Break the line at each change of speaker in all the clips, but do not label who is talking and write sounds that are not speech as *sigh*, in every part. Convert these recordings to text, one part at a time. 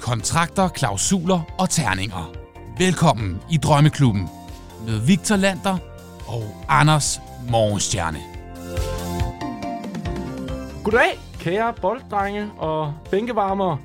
kontrakter, klausuler og terninger. Velkommen i Drømmeklubben med Victor Lander og Anders Morgenstjerne.
Goddag, kære bolddrenge og bænkevarmere.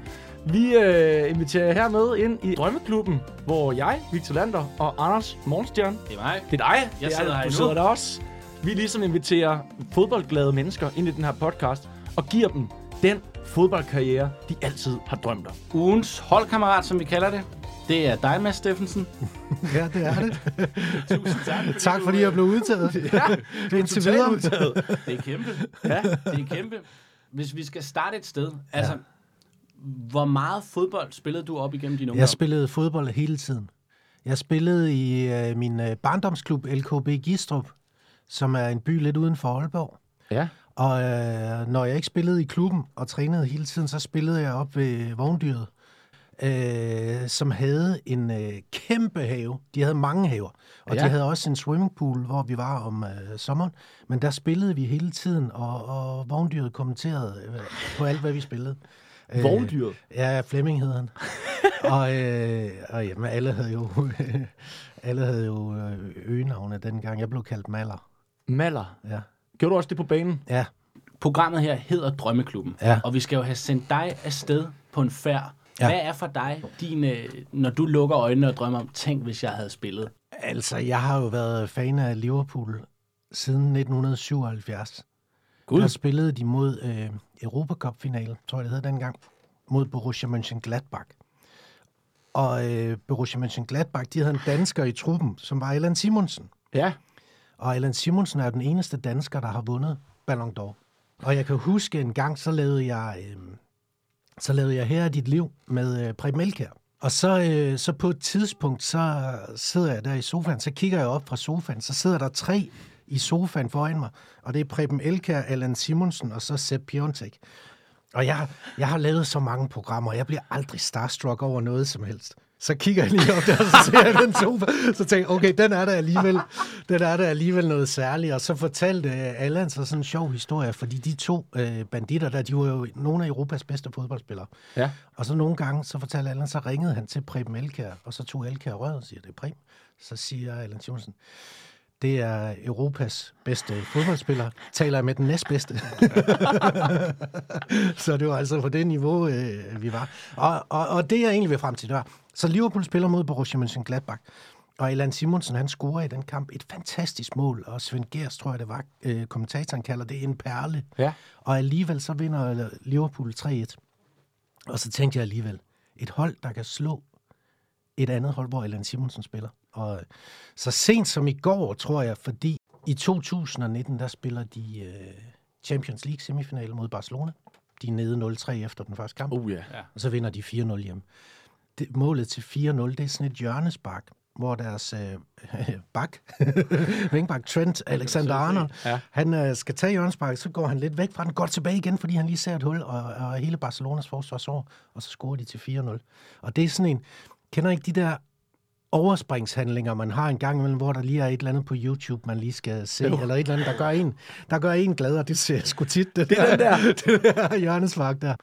Vi øh, inviterer jer hermed ind i Drømmeklubben, hvor jeg, Victor Lander og Anders Morgenstjerne,
Det er mig.
det er dig, det er,
sidder her
du
endnu.
sidder der også. Vi ligesom inviterer fodboldglade mennesker ind i den her podcast og giver dem den fodboldkarriere, de altid har drømt om.
Ugens holdkammerat, som vi kalder det, det er dig, Mads Steffensen.
Ja, det er det.
*laughs* Tusind tak. Fordi
Tak fordi jeg blev udtaget.
Du
Indtil videre.
Det er kæmpe. Ja, det er kæmpe. Hvis vi skal starte et sted, altså, hvor meget fodbold spillede du op igennem din ungdom?
Jeg spillede fodbold hele tiden. Jeg spillede i øh, min øh, barndomsklub LKB Gistrup, som er en by lidt uden for Aalborg.
Ja.
Og øh, når jeg ikke spillede i klubben og trænede hele tiden, så spillede jeg op ved vogndyret, øh, som havde en øh, kæmpe have. De havde mange haver. Og ja.
Ja.
de havde også en swimmingpool, hvor vi var om øh, sommeren. Men der spillede vi hele tiden, og, og vogndyret kommenterede øh, på alt, hvad vi spillede. Øh,
Vogndyret?
Ja, Flemming hed
*laughs*
han. og, øh, og jamen, alle havde jo, *laughs* alle havde jo øh, øgenavne dengang. Jeg blev kaldt Maller.
Maller.
Ja.
Gjorde du også det på banen?
Ja,
Programmet her hedder Drømmeklubben,
Ja.
og vi skal jo have sendt dig afsted på en færd.
Ja.
Hvad er for dig, din, øh, når du lukker øjnene og drømmer om, tænk hvis jeg havde spillet?
Altså, jeg har jo været fan af Liverpool siden 1977.
Gud.
Der spillede de mod øh, Europacup-finalen, tror jeg det hed dengang, mod Borussia Mönchengladbach. Og øh, Borussia Mönchengladbach, de havde en dansker i truppen, som var Allan Simonsen.
Ja.
Og Allan Simonsen er den eneste dansker, der har vundet Ballon d'Or. Og jeg kan huske en gang, så lavede jeg, øh, så lavede jeg Her er dit liv med øh, Preben Elkjær. Og så, øh, så på et tidspunkt, så sidder jeg der i sofaen, så kigger jeg op fra sofaen, så sidder der tre i sofaen foran mig. Og det er Preben Elkjær, Allan Simonsen og så Sepp Piontek. Og jeg, jeg har lavet så mange programmer, og jeg bliver aldrig starstruck over noget som helst. Så kigger jeg lige op der, og så ser jeg den sofa, så tænker jeg, okay, den er der alligevel, den er der alligevel noget særligt. Og så fortalte øh, Allan så sådan en sjov historie, fordi de to øh, banditter der, de var jo nogle af Europas bedste fodboldspillere.
Ja.
Og så nogle gange, så fortalte Allan, så ringede han til Preben Elkær, og så tog Elkær røret og siger, det er Preben. Så siger Allan Jonsen, det er Europas bedste fodboldspiller, taler jeg med den næstbedste. så det var altså på det niveau, øh, vi var. Og, og, og det, jeg egentlig vil frem til, det var, så Liverpool spiller mod Borussia Mönchengladbach, og Elan Simonsen, han scorer i den kamp et fantastisk mål, og Svend Gers, tror jeg det var, øh, kommentatoren kalder det en perle.
Ja.
Og alligevel så vinder Liverpool 3-1. Og så tænkte jeg alligevel, et hold, der kan slå et andet hold, hvor Allan Simonsen spiller. Og øh, så sent som i går, tror jeg, fordi i 2019, der spiller de øh, Champions League semifinale mod Barcelona. De er nede 0-3 efter den første kamp,
Oh ja. Yeah.
og så vinder de 4-0 hjem. Det, målet til 4-0, det er sådan et hjørnespark, hvor deres øh, *laughs* bak, vingbak Trent Alexander Arnold,
Ja.
han øh, skal tage hjørnesparket, så går han lidt væk fra den, går tilbage igen, fordi han lige ser et hul, og, og hele Barcelonas forsvar sår, og så scorer de til 4-0. Og det er sådan en, kender ikke de der overspringshandlinger, man har en gang imellem, hvor der lige er et eller andet på YouTube, man lige skal se, jo. eller et eller andet, der gør en, der gør en glad, og det ser jeg sgu tit, det, det der, der. *laughs* det der hjørnespark der.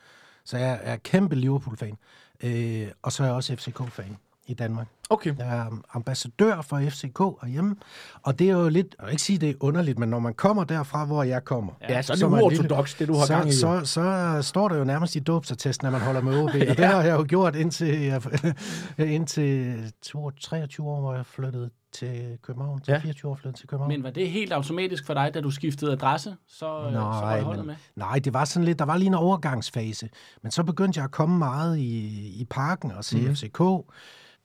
Så jeg er kæmpe Liverpool-fan, øh, og så er jeg også FCK-fan i Danmark.
Okay.
Jeg er ambassadør for FCK herhjemme, og det er jo lidt, jeg vil ikke sige, det er underligt, men når man kommer derfra, hvor jeg kommer,
Ja, så er det
som lille-
uorthodox, det du har
så,
gang i, jo.
Så, så, står der jo nærmest i dåbsattesten, at man holder med
*laughs*
OB, ja. og det har jeg jo gjort indtil, jeg, *laughs* indtil 22, 23 år, hvor jeg flyttede til København, til
Ja.
ja. 24 år flyttede til København.
Men var det helt automatisk for dig, da du skiftede adresse? Så, øh, så
Nej,
holdt holdet
men-
med?
Nej, det var sådan lidt, der var lige en overgangsfase. Men så begyndte jeg at komme meget i, i parken og se mm. FCK.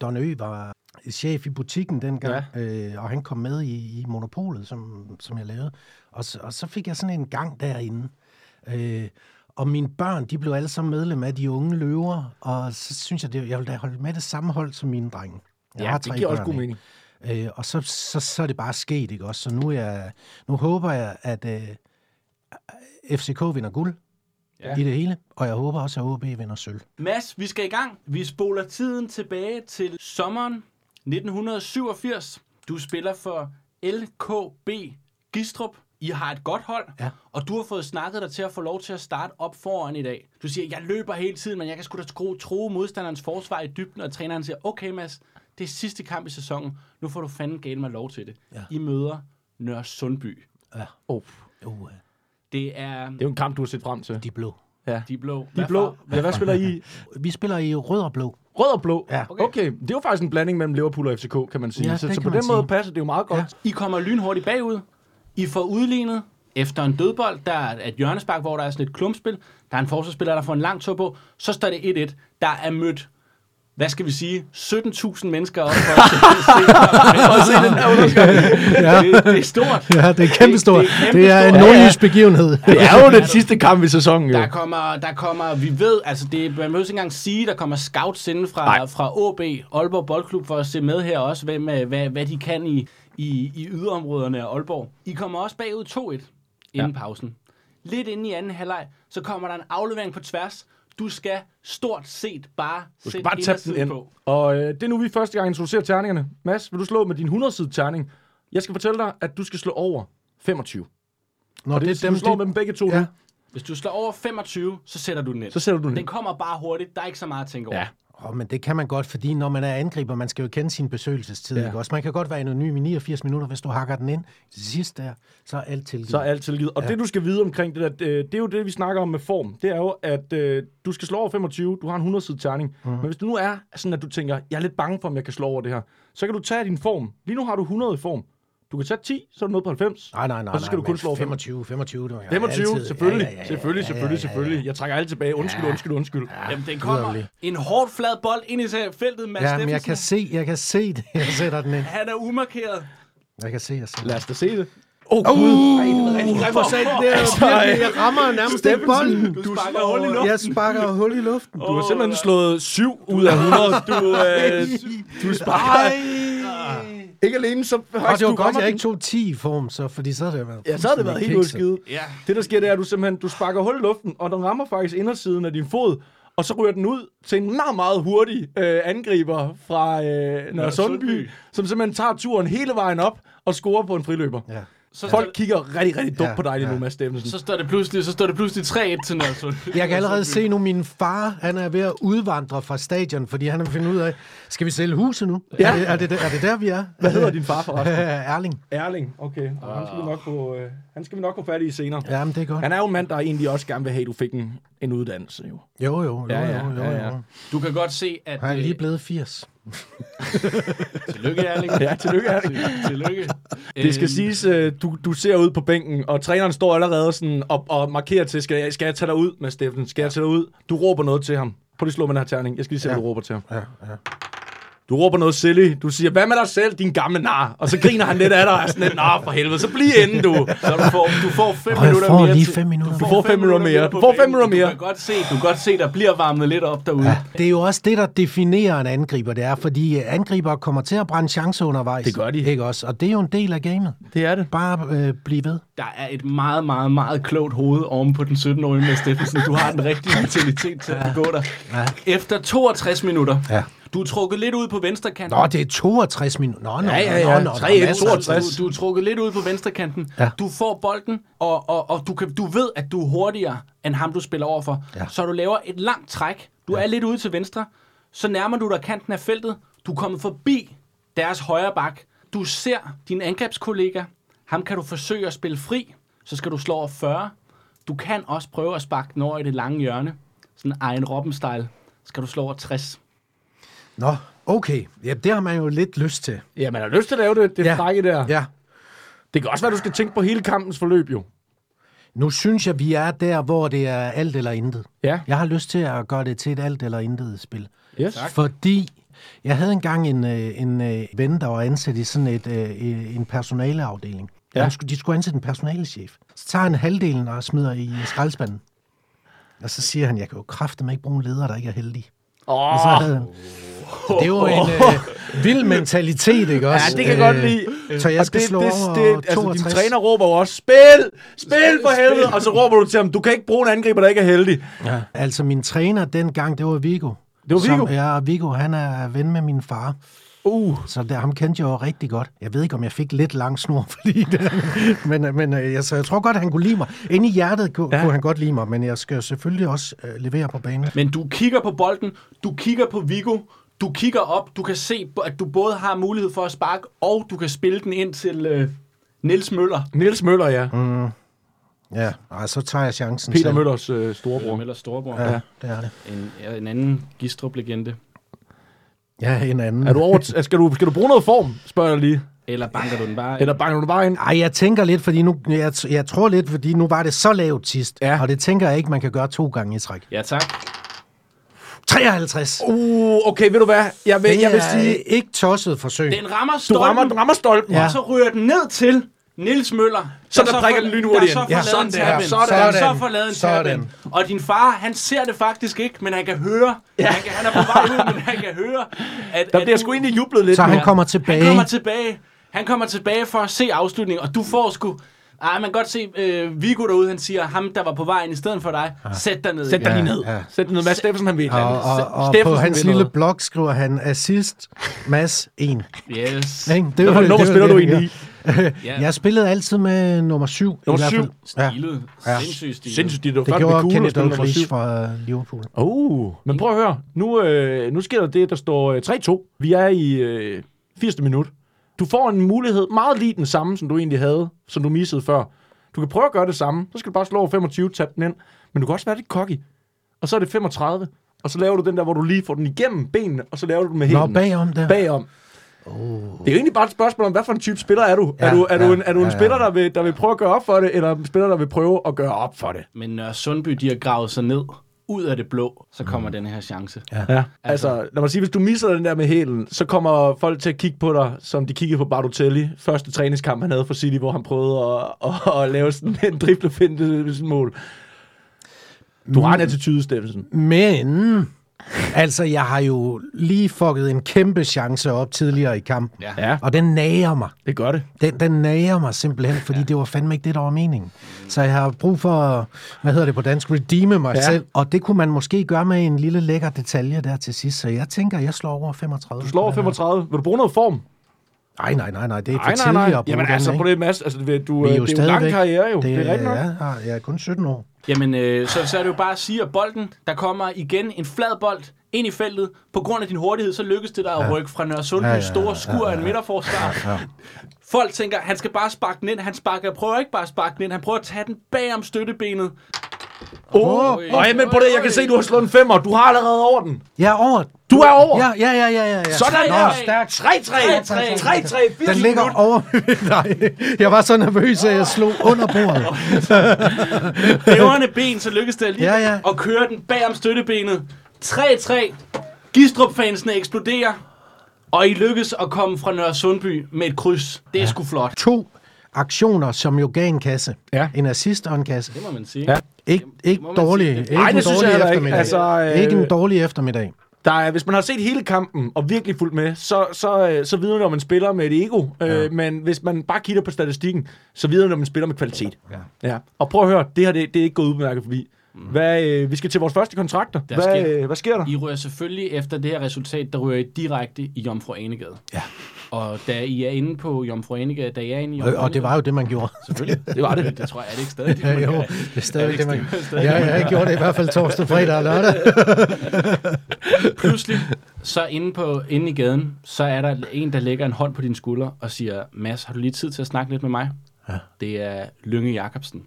Don Ø var chef i butikken dengang, ja. øh, og han kom med i, i Monopolet, som, som jeg lavede. Og så, og så fik jeg sådan en gang derinde. Øh, og mine børn, de blev alle sammen medlem af de unge løver, og så synes jeg, det, jeg ville da holde med det samme hold som mine drenge. Jeg
Ja,
har
det
tre
giver også
børn,
god
ikke?
mening.
Øh, og så, så, så er det bare sket, ikke også? Så nu, er jeg, nu håber jeg, at øh, FCK vinder guld
Ja.
ja. i det hele, og jeg håber også, at OB vinder sølv.
Mads, vi skal i gang. Vi spoler tiden tilbage til sommeren 1987. Du spiller for LKB Gistrup. I har et godt hold,
Ja.
og du har fået snakket dig til at få lov til at starte op foran i dag. Du siger, jeg løber hele tiden, men jeg kan sgu da tro, tro modstanderens forsvar i dybden, og træneren siger, okay Mads, det er sidste kamp i sæsonen, nu får du fanden gale mig lov til det.
Ja.
I møder Nørre Sundby.
Ja.
Oh,
Uh,
Det er
det er jo en kamp, du har set frem til.
de er blå.
de blå.
De
Hvad
blå.
for-
Ja, hvad spiller I? i?
Vi spiller i rød og blå.
Rød og blå.
Ja.
Okay. okay. Det er jo faktisk en blanding mellem Liverpool og FCK, kan man sige.
Ja,
så
det
så
kan
på
man
den måde
sige.
passer det jo meget godt.
I kommer lynhurtigt bagud. I får udlignet efter en dødbold, der er et hjørnespark, hvor der er sådan et klumpspil. Der er en forsvarsspiller, der får en lang tur på. Så står det 1-1. Der er mødt, hvad skal vi sige, 17.000 mennesker op for at se- *laughs* for at se den her underskrift. Det, det er stort.
*laughs* Ja, det er kæmpestort.
Det- det er kæmpestort.
Det, det er en
Ja, ja.
nordjysk begivenhed.
Det er jo den sidste kamp i sæsonen, jo.
Der kommer, der kommer, vi ved, altså det, man behøver ikke engang sige, der kommer scouts inden fra, fra AB, Aalborg Boldklub, for at se med her også, hvem, øh, hvad, hvad de kan i, i, i yderområderne af Aalborg. I kommer også bagud 2-1 inden ja. pausen. Lidt inde i anden halvleg, så kommer der en aflevering på tværs. Du skal stort set bare
Du skal
sætte
bare tabe den
indersiden
ind.
på.
Og øh, det er nu, vi første gang introducerer terningerne. Mads, vil du slå med din 100-side terning? Jeg skal fortælle dig, at du skal slå over 25.
*laughs* Nå,
Og det, det er dem, du slår med dem begge to ja.
Ja.
nu,
Hvis du slår over 25, så sætter du den ind.
så sætter du den.
Den kommer bare hurtigt. Der er ikke så meget at tænke over.
Ja.
Oh, men det kan man godt, fordi når man er angriber, man skal jo kende sin besøgelsestid.
Ja.
Ja. Ikke? Også man kan godt være anonym i 89 minutter, hvis du hakker den ind. Til sidst der, så er alt tilgivet.
Så er alt tilgivet. Og ja. det, du skal vide omkring det der, øh, det er jo det, vi snakker om med form. Det er jo, at øh, du skal slå over 25, du har en 100-side terning.
Mhm.
Mm. Men hvis det nu er sådan, at du tænker, jeg er lidt bange for, om jeg kan slå over det her, så kan du tage din form. Lige nu har du 100 i form. Du kan tage 10, så er du nede på 90.
Nej, nej, nej.
Og så skal
nej,
du kun
men
slå
25. 25, 25
25, selvfølgelig, selvfølgelig, selvfølgelig, selvfølgelig. Jeg trækker alle tilbage. Undskyld, undskyld, undskyld.
Jamen, den kommer
Yderlig.
en hårdt flad bold ind i feltet. Mads
Ja, men jeg
Steffensen,
kan se, jeg kan se det. Jeg sætter den ind.
Han er umarkeret.
Jeg kan se, jeg ser
Lad
det.
os da se det.
Hvorfor sagde det? Virkelig, Jeg rammer nærmest ikke bolden.
Du sparker hul i luften.
Jeg sparker hul i luften.
Du har simpelthen slået 7 ud af 100. Du, øh, du sparer... Ikke alene, så
Og
faktisk,
det var
du
godt,
rammer
jeg
den.
ikke tog 10 i form, så, fordi så havde det været...
Ja, så har det været helt
fuldstændig
udskidt.
kikset.
Ja.
Det, der sker, det er, at du simpelthen du sparker hul i luften, og den rammer faktisk indersiden af din fod, og så ryger den ud til en meget, meget hurtig øh, angriber fra øh, Nørre Sundby,
Sundby.
som simpelthen tager turen hele vejen op og scorer på en friløber.
Ja.
Så,
Folk kigger rigtig, rigtig dumt
Ja,
på dig lige nu,
ja.
Mads Steffensen.
så, står det pludselig, så står det pludselig 3-1 til Nørresund.
Jeg kan allerede se nu, min far, han er ved at udvandre fra stadion, fordi han vil finde ud af, skal vi sælge huset nu? Ja. Er, det, er, det, der- er det der, vi er?
Hvad hedder din far forresten?
*laughs* Erling.
Erling, okay. Og han,
Ah.
skal vi nok få, øh, han skal vi nok få fat i senere. Ja.
Jamen, det er godt.
Han er jo en mand, der egentlig også gerne vil have, at du fik en, en uddannelse. Jo.
Jo, jo, jo,
Ja, ja,
jo, jo,
ja, ja.
jo.
Du kan godt se, at...
Han er
øh,
lige blevet 80.
Tillykke, Erling.
*laughs* Ja, tillykke, Erling.
Til- tillykke.
*laughs*
Øhm,
Det skal siges, øh, du, du ser ud på bænken, og træneren står allerede sådan og, og markerer til, skal jeg, skal jeg tage dig ud med Steffen? Skal jeg tage dig ud? Du råber noget til ham. Prøv lige at slå med den her terning. Jeg skal lige se, hvad du råber til ham.
Ja, ja.
Du råber noget silly. Du siger, hvad med dig selv, din gamle nar? Og så griner han lidt af dig og er sådan lidt, nar for helvede, så bliv inde, du.
Så du får, du får fem
Og jeg
minutter
får
mere.
lige
til-
fem minutter.
Du får fem minutter mere.
på
Du får fem
banen.
minutter
Du
mere.
kan godt se, du kan godt se, der bliver varmet lidt op derude. Ja.
Det er jo også det, der definerer en angriber, det er, fordi øh, angriber kommer til at brænde chancer undervejs.
Det gør de.
Ikke også? Og det er jo en del af gamet.
Det er det.
Bare øh, blive ved.
Der er et meget, meget, meget klogt hoved oven på den 17-årige med Steffensen. Du har den rigtige vitalitet til at gå der. Efter 62 minutter.
Ja.
Du er trukket lidt ud på venstre kant.
Nå, det er 62 minutter. Nå, nå,
Ja, ja, ja.
nå, nå, nå,
3-1,
masser af
62.
tid.
Du, du er trukket lidt ud på venstrekanten.
Ja.
Du får bolden, og, og, og du, kan, du ved, at du er hurtigere end ham, du spiller overfor.
Ja.
Så du laver et langt træk. Du ja. er lidt ude til venstre. Så nærmer du dig kanten af feltet. Du er kommet forbi deres højre bak. Du ser din angrebskollega. Ham kan du forsøge at spille fri. Så skal du slå over 40. Du kan også prøve at sparke den over i det lange hjørne. Sådan egen Robben-style. Skal du slå over 60.
Nå, okay. Ja, det har man jo lidt lyst til.
Ja, man har lyst til at lave det, det ja.
Ja.
frække der. Ja.
Ja.
Det kan også være, du skal tænke på hele kampens forløb, jo.
Nu synes jeg, vi er der, hvor det er alt eller intet.
Ja.
Jeg har lyst til at gøre det til et alt eller intet spil.
Yes.
Fordi jeg havde engang en, øh, en øh, ven, der var ansat i sådan et, øh, øh, en personaleafdeling.
Ja.
Ja. Han skulle, de skulle ansætte en personalechef. Så tager han halvdelen og smider i skraldespanden. Og så siger han, jeg kan jo kraftedeme ikke bruge en leder, der ikke er heldig.
Åh,
Og så havde han, så det er jo en
*laughs*
øh, vild mentalitet, ikke også? Øh,
Ja, det kan jeg godt lide.
Så jeg
Øh, Og
skal slå over
altså, din
62.
træner råber jo også, spil! Spil for helvede! Og så råber du til ham, du kan ikke bruge en angriber, der ikke er heldig.
Ja. Altså, min træner dengang, det var Vigo.
Det var Viggo?
Som, ja, og Vigo, han er ven med min far.
Uh,
Så der, ham kendte jeg jo rigtig godt. Jeg ved ikke, om jeg fik lidt lang snor, *laughs* fordi det, men, øh, men øh, jeg, så jeg tror godt, han kunne lide mig. Inde i hjertet kunne, ja. kunne han godt lide mig, men jeg skal jo selvfølgelig også øh, levere på banen.
Men du kigger på bolden, du kigger på Vigo, du kigger op, du kan se, at du både har mulighed for at sparke, og du kan spille den ind til øh, Nils Møller.
Niels Møller, ja. Mm.
Ja, ej, så tager jeg chancen
Peter
selv.
Møllers øh, storebror.
Møllers storebror.
Ja, det er det.
En, ja, en anden Gistrup-legende.
Ja, en anden.
Er du over t- skal, du, skal du bruge noget form, spørger jeg lige.
Eller banker du den bare?
Eller banker du bare ind?
*laughs* Ej, jeg tænker lidt, fordi nu, jeg, jeg tror lidt, fordi nu var det så lavt sidst,
Ja.
ja. og det tænker jeg ikke, man kan gøre to gange i træk.
Ja, tak.
53!
Uh, okay, ved du hvad? Jeg vil,
Det
jeg vil
er
sige,
ikke tosset forsøg.
Den rammer
du
stolpen,
rammer, den rammer stolpen.
og så ryger den ned til Nils Møller.
Så der
får-
prikker den lynhurtigt
der så
ind.
får
Ja,
lavet en
sådan der.
tab ind.
Sådan.
Der så får lavet en tab
Sådan.
ind. Og din far, han ser det faktisk ikke, men han kan høre. Ja. Han, kan, han er på vej ud, men han kan høre, at,
Der
at
bliver
du-
sgu egentlig jublet lidt.
Så han
nu.
kommer tilbage.
Han kommer tilbage. Han kommer tilbage for at se afslutningen, og du får sgu... Ej, man kan godt se øh, Viggo derude, han siger, ham der var på vejen i stedet for dig, sæt dig ned.
Sæt dig
Ja,
lige ned.
ja.
Sæt dig ned. Mads Steffensen, han ved det.
Og, og, og på
Steffensen
hans
ved
lille
noget.
blog skriver han assist, mass 1. Ikke?
ned. Yes.
Det var-
Nummer
det var
spiller du
det, han
egentlig i?
gjorde. Jeg spillede altid med nummer 7.
Nummer syv?
Ja,
Stilet.
Ja.
Sindssygt stilet.
Sindssygt, det er jo
det
flot med
gjorde
kugle at
Kenneth
spille nummer
Dalglish
syv.
fra Liverpool.
Oh, men prøv at høre. Nu, øh, nu sker der det, der står øh, 3-2. Vi er i øh, 80. minut. Du får en mulighed, meget lige den samme, som du egentlig havde, som du missede før. Du kan prøve at gøre det samme. Så skal du bare slå over 25, tage den ind. Men du kan også være lidt cocky. Og så er det 35. Og så laver du den der, hvor du lige får den igennem benene, og så laver du den med
Nå,
hælen
bagom der.
bagom. Oh. Det er jo egentlig bare et spørgsmål om, hvad for en type spiller er du? Ja,
Ja,
er du, er ja,
ja,
du en, er du en
ja,
ja,
ja.
spiller, der vil, der vil prøve at gøre op for det, eller en spiller, der vil prøve at gøre op for det?
Men når Sundby, de har gravet sig ned ud af det blå, så kommer mm. den her chance. Ja.
Ja. Altså, lad mig sige, hvis du misser den der med hælen, så kommer folk til at kigge på dig, som de kiggede på Bartotelli. Første træningskamp, han havde for City, hvor han prøvede at, at, at lave sådan en driblefinte ved sin mål. Du har en attitude, Steffensen.
Men, altså, jeg har jo lige fucket en kæmpe chance op tidligere i kampen.
Ja.
Ja.
Og den nager mig.
Det gør det.
Den, den nager mig simpelthen, fordi ja. det var fandme ikke det, der var meningen. Så jeg har brug for, at, hvad hedder det på dansk, redeeme mig
Ja.
ja. selv. Og det kunne man måske gøre med en lille lækker detalje der til sidst. Så jeg tænker, jeg slår over 35.
Du slår over 35. Vil du bruge noget form?
Nej, nej, nej, nej. Det er
Nej,
for
nej,
tidligt
nej.
at bruge
Jamen
den,
altså,
ikke?
på det, Mads, altså, det, du, det er jo, det er jo en lang
stadigvæk-
karriere, jo. Det, det er rigtigt nok.
ja, ja, jeg er kun 17 år.
Jamen, øh, så, så er det jo bare at sige, at bolden, der kommer igen en flad bold ind i feltet. På grund af din hurtighed, så lykkes det dig at rykke fra Nørre Sundbys ja, ja, ja, store skur af en midterforsvar. Ja, ja. Folk tænker, han skal bare sparke den ind. Han sparker, prøver ikke bare at sparke den ind. Han prøver at tage den bag om støttebenet.
Åh, oh, oh, men på det, jeg kan se, du har slået en femmer. Du har allerede over den.
Jeg er over.
Du er over.
Ja, ja, ja, ja, ja. ja.
Sådan
Nå,
der.
stærkt.
3-3. 3-3. 4
Den ligger over... *laughs* Nej, jeg var så nervøs, at jeg slog under bordet.
Bæverne ben, så lykkes det alligevel
Ja, ja.
at køre den bag om støttebenet. 3-3. Gistrup-fansene eksploderer. Og I lykkes at komme fra Nørre Sundby med et kryds. Det er ja. sgu flot.
To aktioner, som jo gav en kasse.
Ja.
En assist og en kasse.
Det må man sige.
Ja.
Ja.
Ikke, ikke
må man
dårlig,
sige.
ikke
Ej, det
en
synes jeg
dårlig
heller ikke.
eftermiddag.
Altså, øh,
Ikke en dårlig eftermiddag.
Der er, hvis man har set hele kampen og virkelig fulgt med, så, så, øh, så vidner man, om man spiller med et ego. Ja. Øh, men hvis man bare kigger på statistikken, så vidner man, om man spiller med kvalitet. Ja. ja. Og prøv at høre, det her det, det er ikke gået udmærket forbi.
Mm.
Hvad, øh, vi skal til vores første kontrakter.
Der
Hvad,
sker-
Øh, hvad sker der?
I rører selvfølgelig efter det her resultat, der rører I direkte i Jomfru Anegade.
Ja.
Og da I er inde på Jomfru Anegade, da jeg er inde i Jomfru
Og, og det var jo *laughs* det, man gjorde.
Selvfølgelig. Det var det. Det tror jeg, er det ikke stadig.
*laughs* Ja, jo, det er stadig det, man... Ja, jeg gjorde det i hvert fald torsdag, fredag og lørdag.
Pludselig, så inde, på, inde i gaden, så er der en, der lægger en hånd på din skulder og siger, Mads, har du lige tid til at snakke lidt med mig? Ja. Det er Lønge Jacobsen,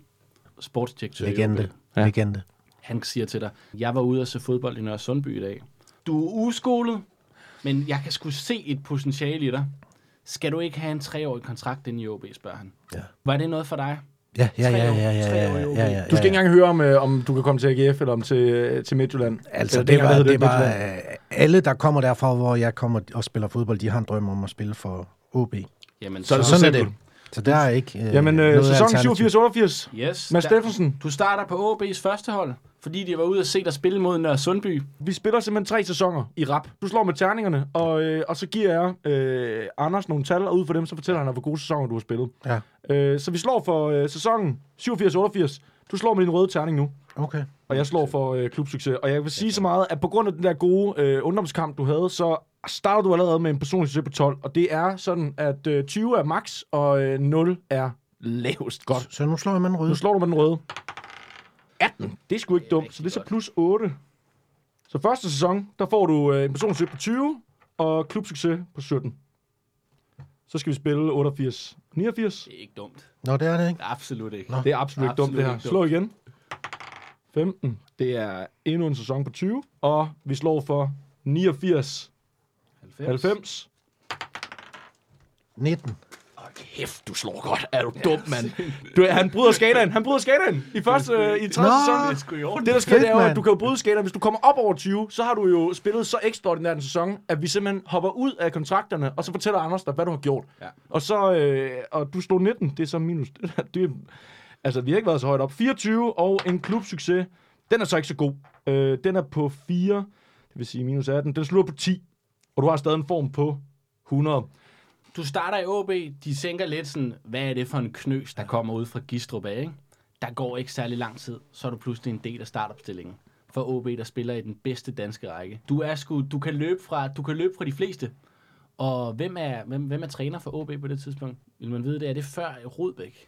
sportsdirektør. i OB.
*laughs* Legende. Legende.
Han siger til dig, jeg var ude og se fodbold i Nørre Sundby i dag. Du er uskolet, men jeg kan sgu se et potentiale i dig. Skal du ikke have en treårig kontrakt ind i OB, spørger han.
Ja.
Var det noget for dig?
Ja, ja, ja,
Tre
ja,
år-
ja,
tre
ja,
år i
ja,
OB.
ja, ja.
Du skal ikke engang høre, om, øh, om du kan komme til AGF eller om til, øh, til Midtjylland.
Altså,
Eller
det
dengang,
var,
hvad hed
det var
Midtjylland?
øh, alle, der kommer derfra, hvor jeg kommer og spiller fodbold, de har en drøm om at spille for OB.
Jamen,
Så er det
Sådan er det.
simpelt.
Så der er ikke øh,
Jamen, øh,
noget
sæsonen
alternativ.
87-88.
Yes.
Mads
der-
Steffensen.
Du starter på OB's første hold, fordi de var ude og se dig spille mod Nørre Sundby.
Vi spiller simpelthen tre sæsoner i rap. Du slår med terningerne, og, øh, og så giver jeg øh, Anders nogle tal, og ud fra dem, så fortæller han, hvor gode sæsoner du har spillet.
Ja,
Øh, så vi slår for øh, sæsonen 87-88. Du slår med din røde terning nu,
okay.
og jeg slår for øh, klubsucces. Og jeg vil sige så meget, at på grund af den der gode øh, ungdomskamp, du havde, så starter du allerede med en personlig succes på 12, og det er sådan, at øh, 20 er max, og øh, 0 er lavest godt.
Så nu slår jeg med den røde.
Nu slår du med den røde. 18. Det er sgu ikke dumt, så det er så plus 8. Så første sæson, der får du øh, en personsucces på 20, og klubsucces på 17. Så skal vi spille 88. 89.
Det er ikke dumt.
Nå, det er det ikke.
Absolut ikke.
Det er absolut, absolut dumt, det her.
ikke dumt.
Slå igen. 15. Det er endnu en sæson på 20. Og vi slår for 89.
90.
90.
19.
Kæft, du slår godt. Er du dum, mand? Du, han bryder skalaen. Han bryder skalaen i første, øh, i tredje sæson.
Nå!
Det er sgu i orden.
Det, der sker,
Fedt,
det er jo,
mand.
at du kan jo bryde skalaen. Hvis du kommer op over 20, så har du jo spillet så ekstraordinært en sæson, at vi simpelthen hopper ud af kontrakterne, og så fortæller Anders dig, hvad du har gjort.
Ja.
Og så, øh, og du slog 19, det er så minus. *laughs* det, er, altså, vi har ikke været så højt op. 24 og en klubsucces, den er så ikke så god. Øh, den er på 4, det vil sige minus 18. Den slutter på 10, og du har stadig en form på 100.
Du starter i OB, de sænker lidt sådan, hvad er det for en knøs, der kommer ud fra Gistrup af, ikke? Der går ikke særlig lang tid, så er du pludselig en del af startopstillingen for OB, der spiller i den bedste danske række. Du er sgu, du kan løbe fra, du kan løbe fra de fleste. Og hvem er, hvem, hvem er træner for OB på det tidspunkt? Vil man vide det? Er det før Rodbæk?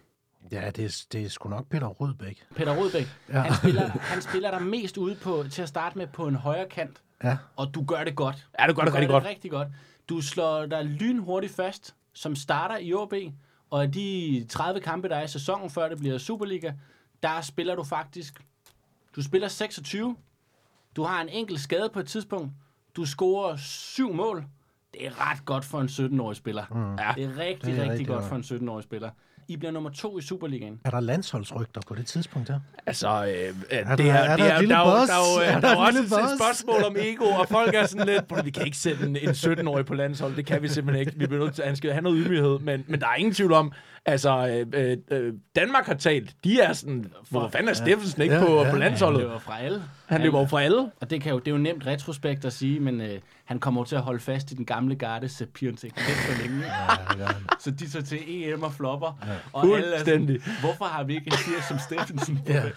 Ja, det er, det er sgu nok Peter Rødbæk.
Peter Rodbæk, ja. han, spiller, han spiller dig mest ude på, til at starte med på en højre kant,
Ja.
og du gør det godt.
Ja, du gør
Du
det
gør
rigtig godt.
det rigtig godt. Du slår dig lynhurtigt fast, som starter i OB, og de 30 kampe, der er i sæsonen, før det bliver Superliga, der spiller du faktisk... Du spiller 26, du har en enkelt skade på et tidspunkt, du scorer syv mål. Det er ret godt for en 17-årig spiller. Mm. Ja, det er rigtig, det er rigtig, rigtig godt for en 17-årig spiller. I bliver nummer to i Superligaen.
Er der landsholdsrygter på det tidspunkt der?
Altså, øh, øh, det er,
der-
det er,
er der
der,
et
er, jo-
lille
der, er, jo-
boss?
der, er, jo, øh, der,
Er
der
der
er
et
jo også
lille
et, et
boss?
spørgsmål om ego, og folk er sådan lidt, "Bro, vi kan ikke sende en, en 17-årig på landshold, det kan vi simpelthen ikke, vi bliver nødt til, han skal have noget ydmyghed, men, men der er ingen tvivl om, altså, øh, øh, øh, Danmark har talt, de er sådan, hvor fanden er Steffensen ikke
Ja,
på,
ja,
på
Han
landsholdet?
løber fra alle.
Han løber over fra alle.
Og det, kan jo, det er jo nemt retrospekt at sige, men øh, han kommer jo til at holde fast i den gamle garde Sapirntek lidt for længe. så de så til EM og flopper. Ja. Og alle er sådan,
Fuldstændig.
hvorfor har vi ikke en fyr som
*laughs*
Steffensen? på
Ja.
det?"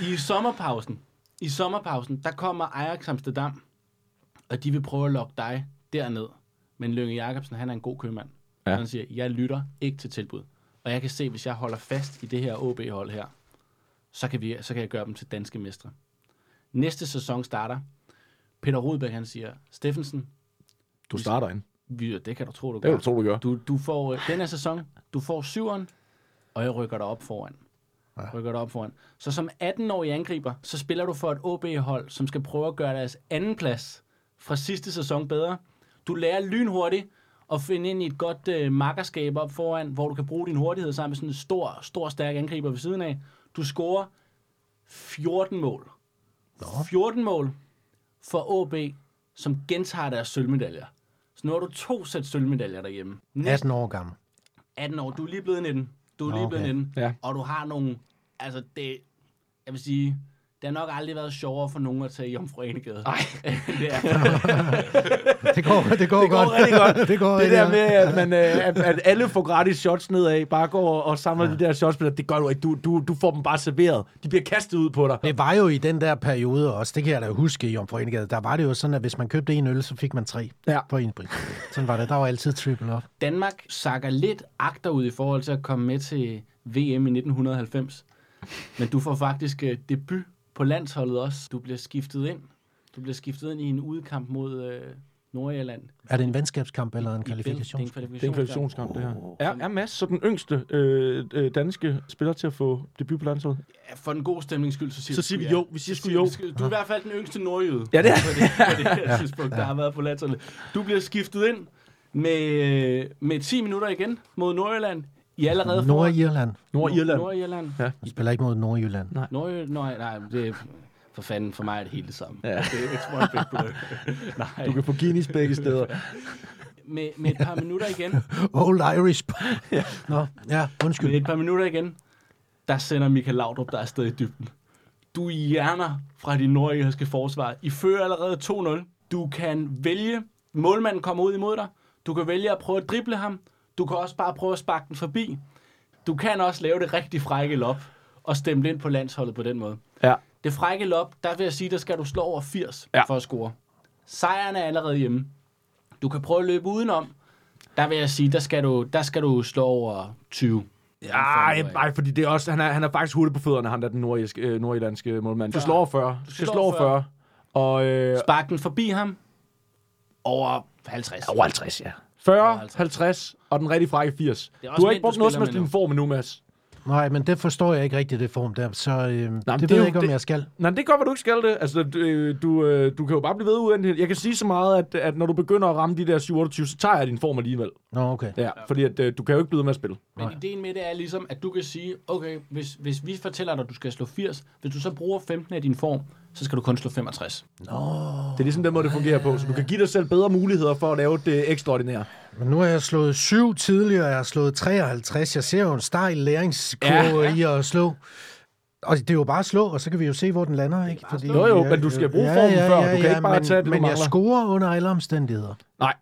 I sommerpausen, i sommerpausen, der kommer Ajax Amsterdam, og de vil prøve at lokke dig derned. Men Lønge Jacobsen, han er en god købmand. Ja. Han siger, jeg lytter ikke til tilbud. Og jeg kan se, hvis jeg holder fast i det her OB-hold her, så kan, vi, så kan jeg gøre dem til danske mestre. Næste sæson starter. Peter Rudbæk, han siger, Steffensen,
Du starter ind.
vi, det kan du tro, du
Det
gør.
er du tro, du gør.
Du, du får øh, den her sæson, du får syveren, og jeg rykker dig op foran. Ja. Rykker dig op foran. Så som 18-årig angriber, så spiller du for et OB-hold, som skal prøve at gøre deres anden plads fra sidste sæson bedre. Du lærer lynhurtigt at finde ind i et godt øh, makkerskab op foran, hvor du kan bruge din hurtighed sammen med sådan en stor, stor, stærk angriber ved siden af. Du scorer 14 mål. 14 mål for OB, som gentager deres sølvmedaljer. Så nu har du to sæt sølvmedaljer derhjemme. Næste
18 år gammel.
18 år. Du er lige blevet 19. Du er lige blevet
okay.
19.
Ja.
Og du har nogle... Altså, det... Jeg vil sige... Det har nok aldrig været sjovere for nogen at tage i Jomfru Anegade. Nej. *laughs* det er
Det går, det
*laughs*
går,
Det går
godt.
rigtig godt.
*laughs* det går
Det
rigtig
der
godt.
med, at, man, øh, at, at alle får gratis shots nedad, bare går og samler de der shots, men det gør du ikke. Du, du, du får dem bare serveret. De bliver kastet ud på dig.
Det var jo i den der periode også, det kan jeg da huske i Omforeningade, der var det jo sådan, at hvis man købte en øl, så fik man tre
Ja.
på en pris. Sådan var det. Der var altid triple up.
Danmark sakker lidt agterud i forhold til at komme med til VM i 1990. Men du får faktisk øh, debut på landsholdet også. Du bliver skiftet ind. Du bliver skiftet ind i en udkamp mod øh, Nordjylland.
Er det en venskabskamp eller en
I Bel-
kvalifikation?
Det er en
Det er en
kvalifikation.
kvalifikationskamp, det her. Er, er Mads så den yngste øh, øh, danske spiller til at få debut på landsholdet?
Ja, for en god stemnings skyld, så siger,
Så
vi
siger
sgu
vi
ja.
jo. Vi siger sgu
Siger
jo.
vi sgu- Du er i hvert fald den yngste nordjyde.
Ja, det er-
På det, på
*laughs*
det her tidspunkt, der har været på landsholdet. Du bliver skiftet ind med, med 10 minutter igen mod Nordjylland. I er allerede
Nordirland.
Nordirland.
Nordjylland.
Ja.
Vi spiller ikke mod Nordjylland.
Nej.
Nordjylland. Nej, nej, det er for fanden, for mig er det hele det samme. Ja. Det er it's one big blur.
*laughs*
nej.
Du kan få Guinness begge steder.
Med, med et par minutter igen,
Old
*laughs*
Irish. ja. Nå, ja, undskyld.
med et par minutter igen, der sender Michael Laudrup der afsted i dybden. Du hjerner fra de nordjyske forsvar. I fører allerede 2-0. Du kan vælge, målmanden kommer ud imod dig. Du kan vælge at prøve at drible ham. Du kan også bare prøve at sparke den forbi. Du kan også lave det rigtig frække lop og stemme ind på landsholdet på den måde.
Ja.
Det frække lop, der vil jeg sige, der skal du slå over 80
Ja.
ja. for at score. Sejren er allerede hjemme. Du kan prøve at løbe udenom. Der vil jeg sige, der skal du, der skal du slå over 20.
Ej, ej, fordi det er også, han, er, han er faktisk hurtig på fødderne, han der den nordiske, øh, nordirlandske målmand. Du slår over 40. Du skal slå over 40. Og øh,
Spark den forbi ham. Over 50.
over 50, ja. 40, 50 og den rigtig frække 80.
Det
Du
er også
har
mænd,
ikke brugt
du
noget
spiller
som helst i
med
din form endnu, Mads.
Nej, men det forstår jeg ikke rigtig, det form der. Så øh,
men
det,
det
det
er
ved
jo-
jeg ikke, om
det-
jeg skal.
Nej, det gør, hvad du ikke skal det. Altså, du, øh, du, øh, du kan jo bare blive ved uendeligt. Jeg kan sige så meget, at, at når du begynder at ramme de der 27, så tager jeg din form alligevel.
Nå, okay.
Ja, fordi at, øh, du kan jo ikke blive ved med at spille.
Men ideen med det er ligesom, at du kan sige, okay, hvis, hvis vi fortæller dig, at du skal slå 80, hvis du så bruger 15 af din form, så skal du kun slå 65.
Det er ligesom den måde, det fungerer på. Så du kan give dig selv bedre muligheder for at lave det ekstraordinære.
Men nu har jeg slået 7 tidligere, og jeg har slået 53. Jeg ser jo en stejl læringskurve ja, ja. i at slå. Og det er jo bare at slå, og så kan vi jo se, hvor den lander. Ikke? Fordi,
Jo, jo, men du skal bruge formen før. Du kan ikke bare
men,
tage det, du
Men jeg
mangler.
scorer under alle omstændigheder.
Nej.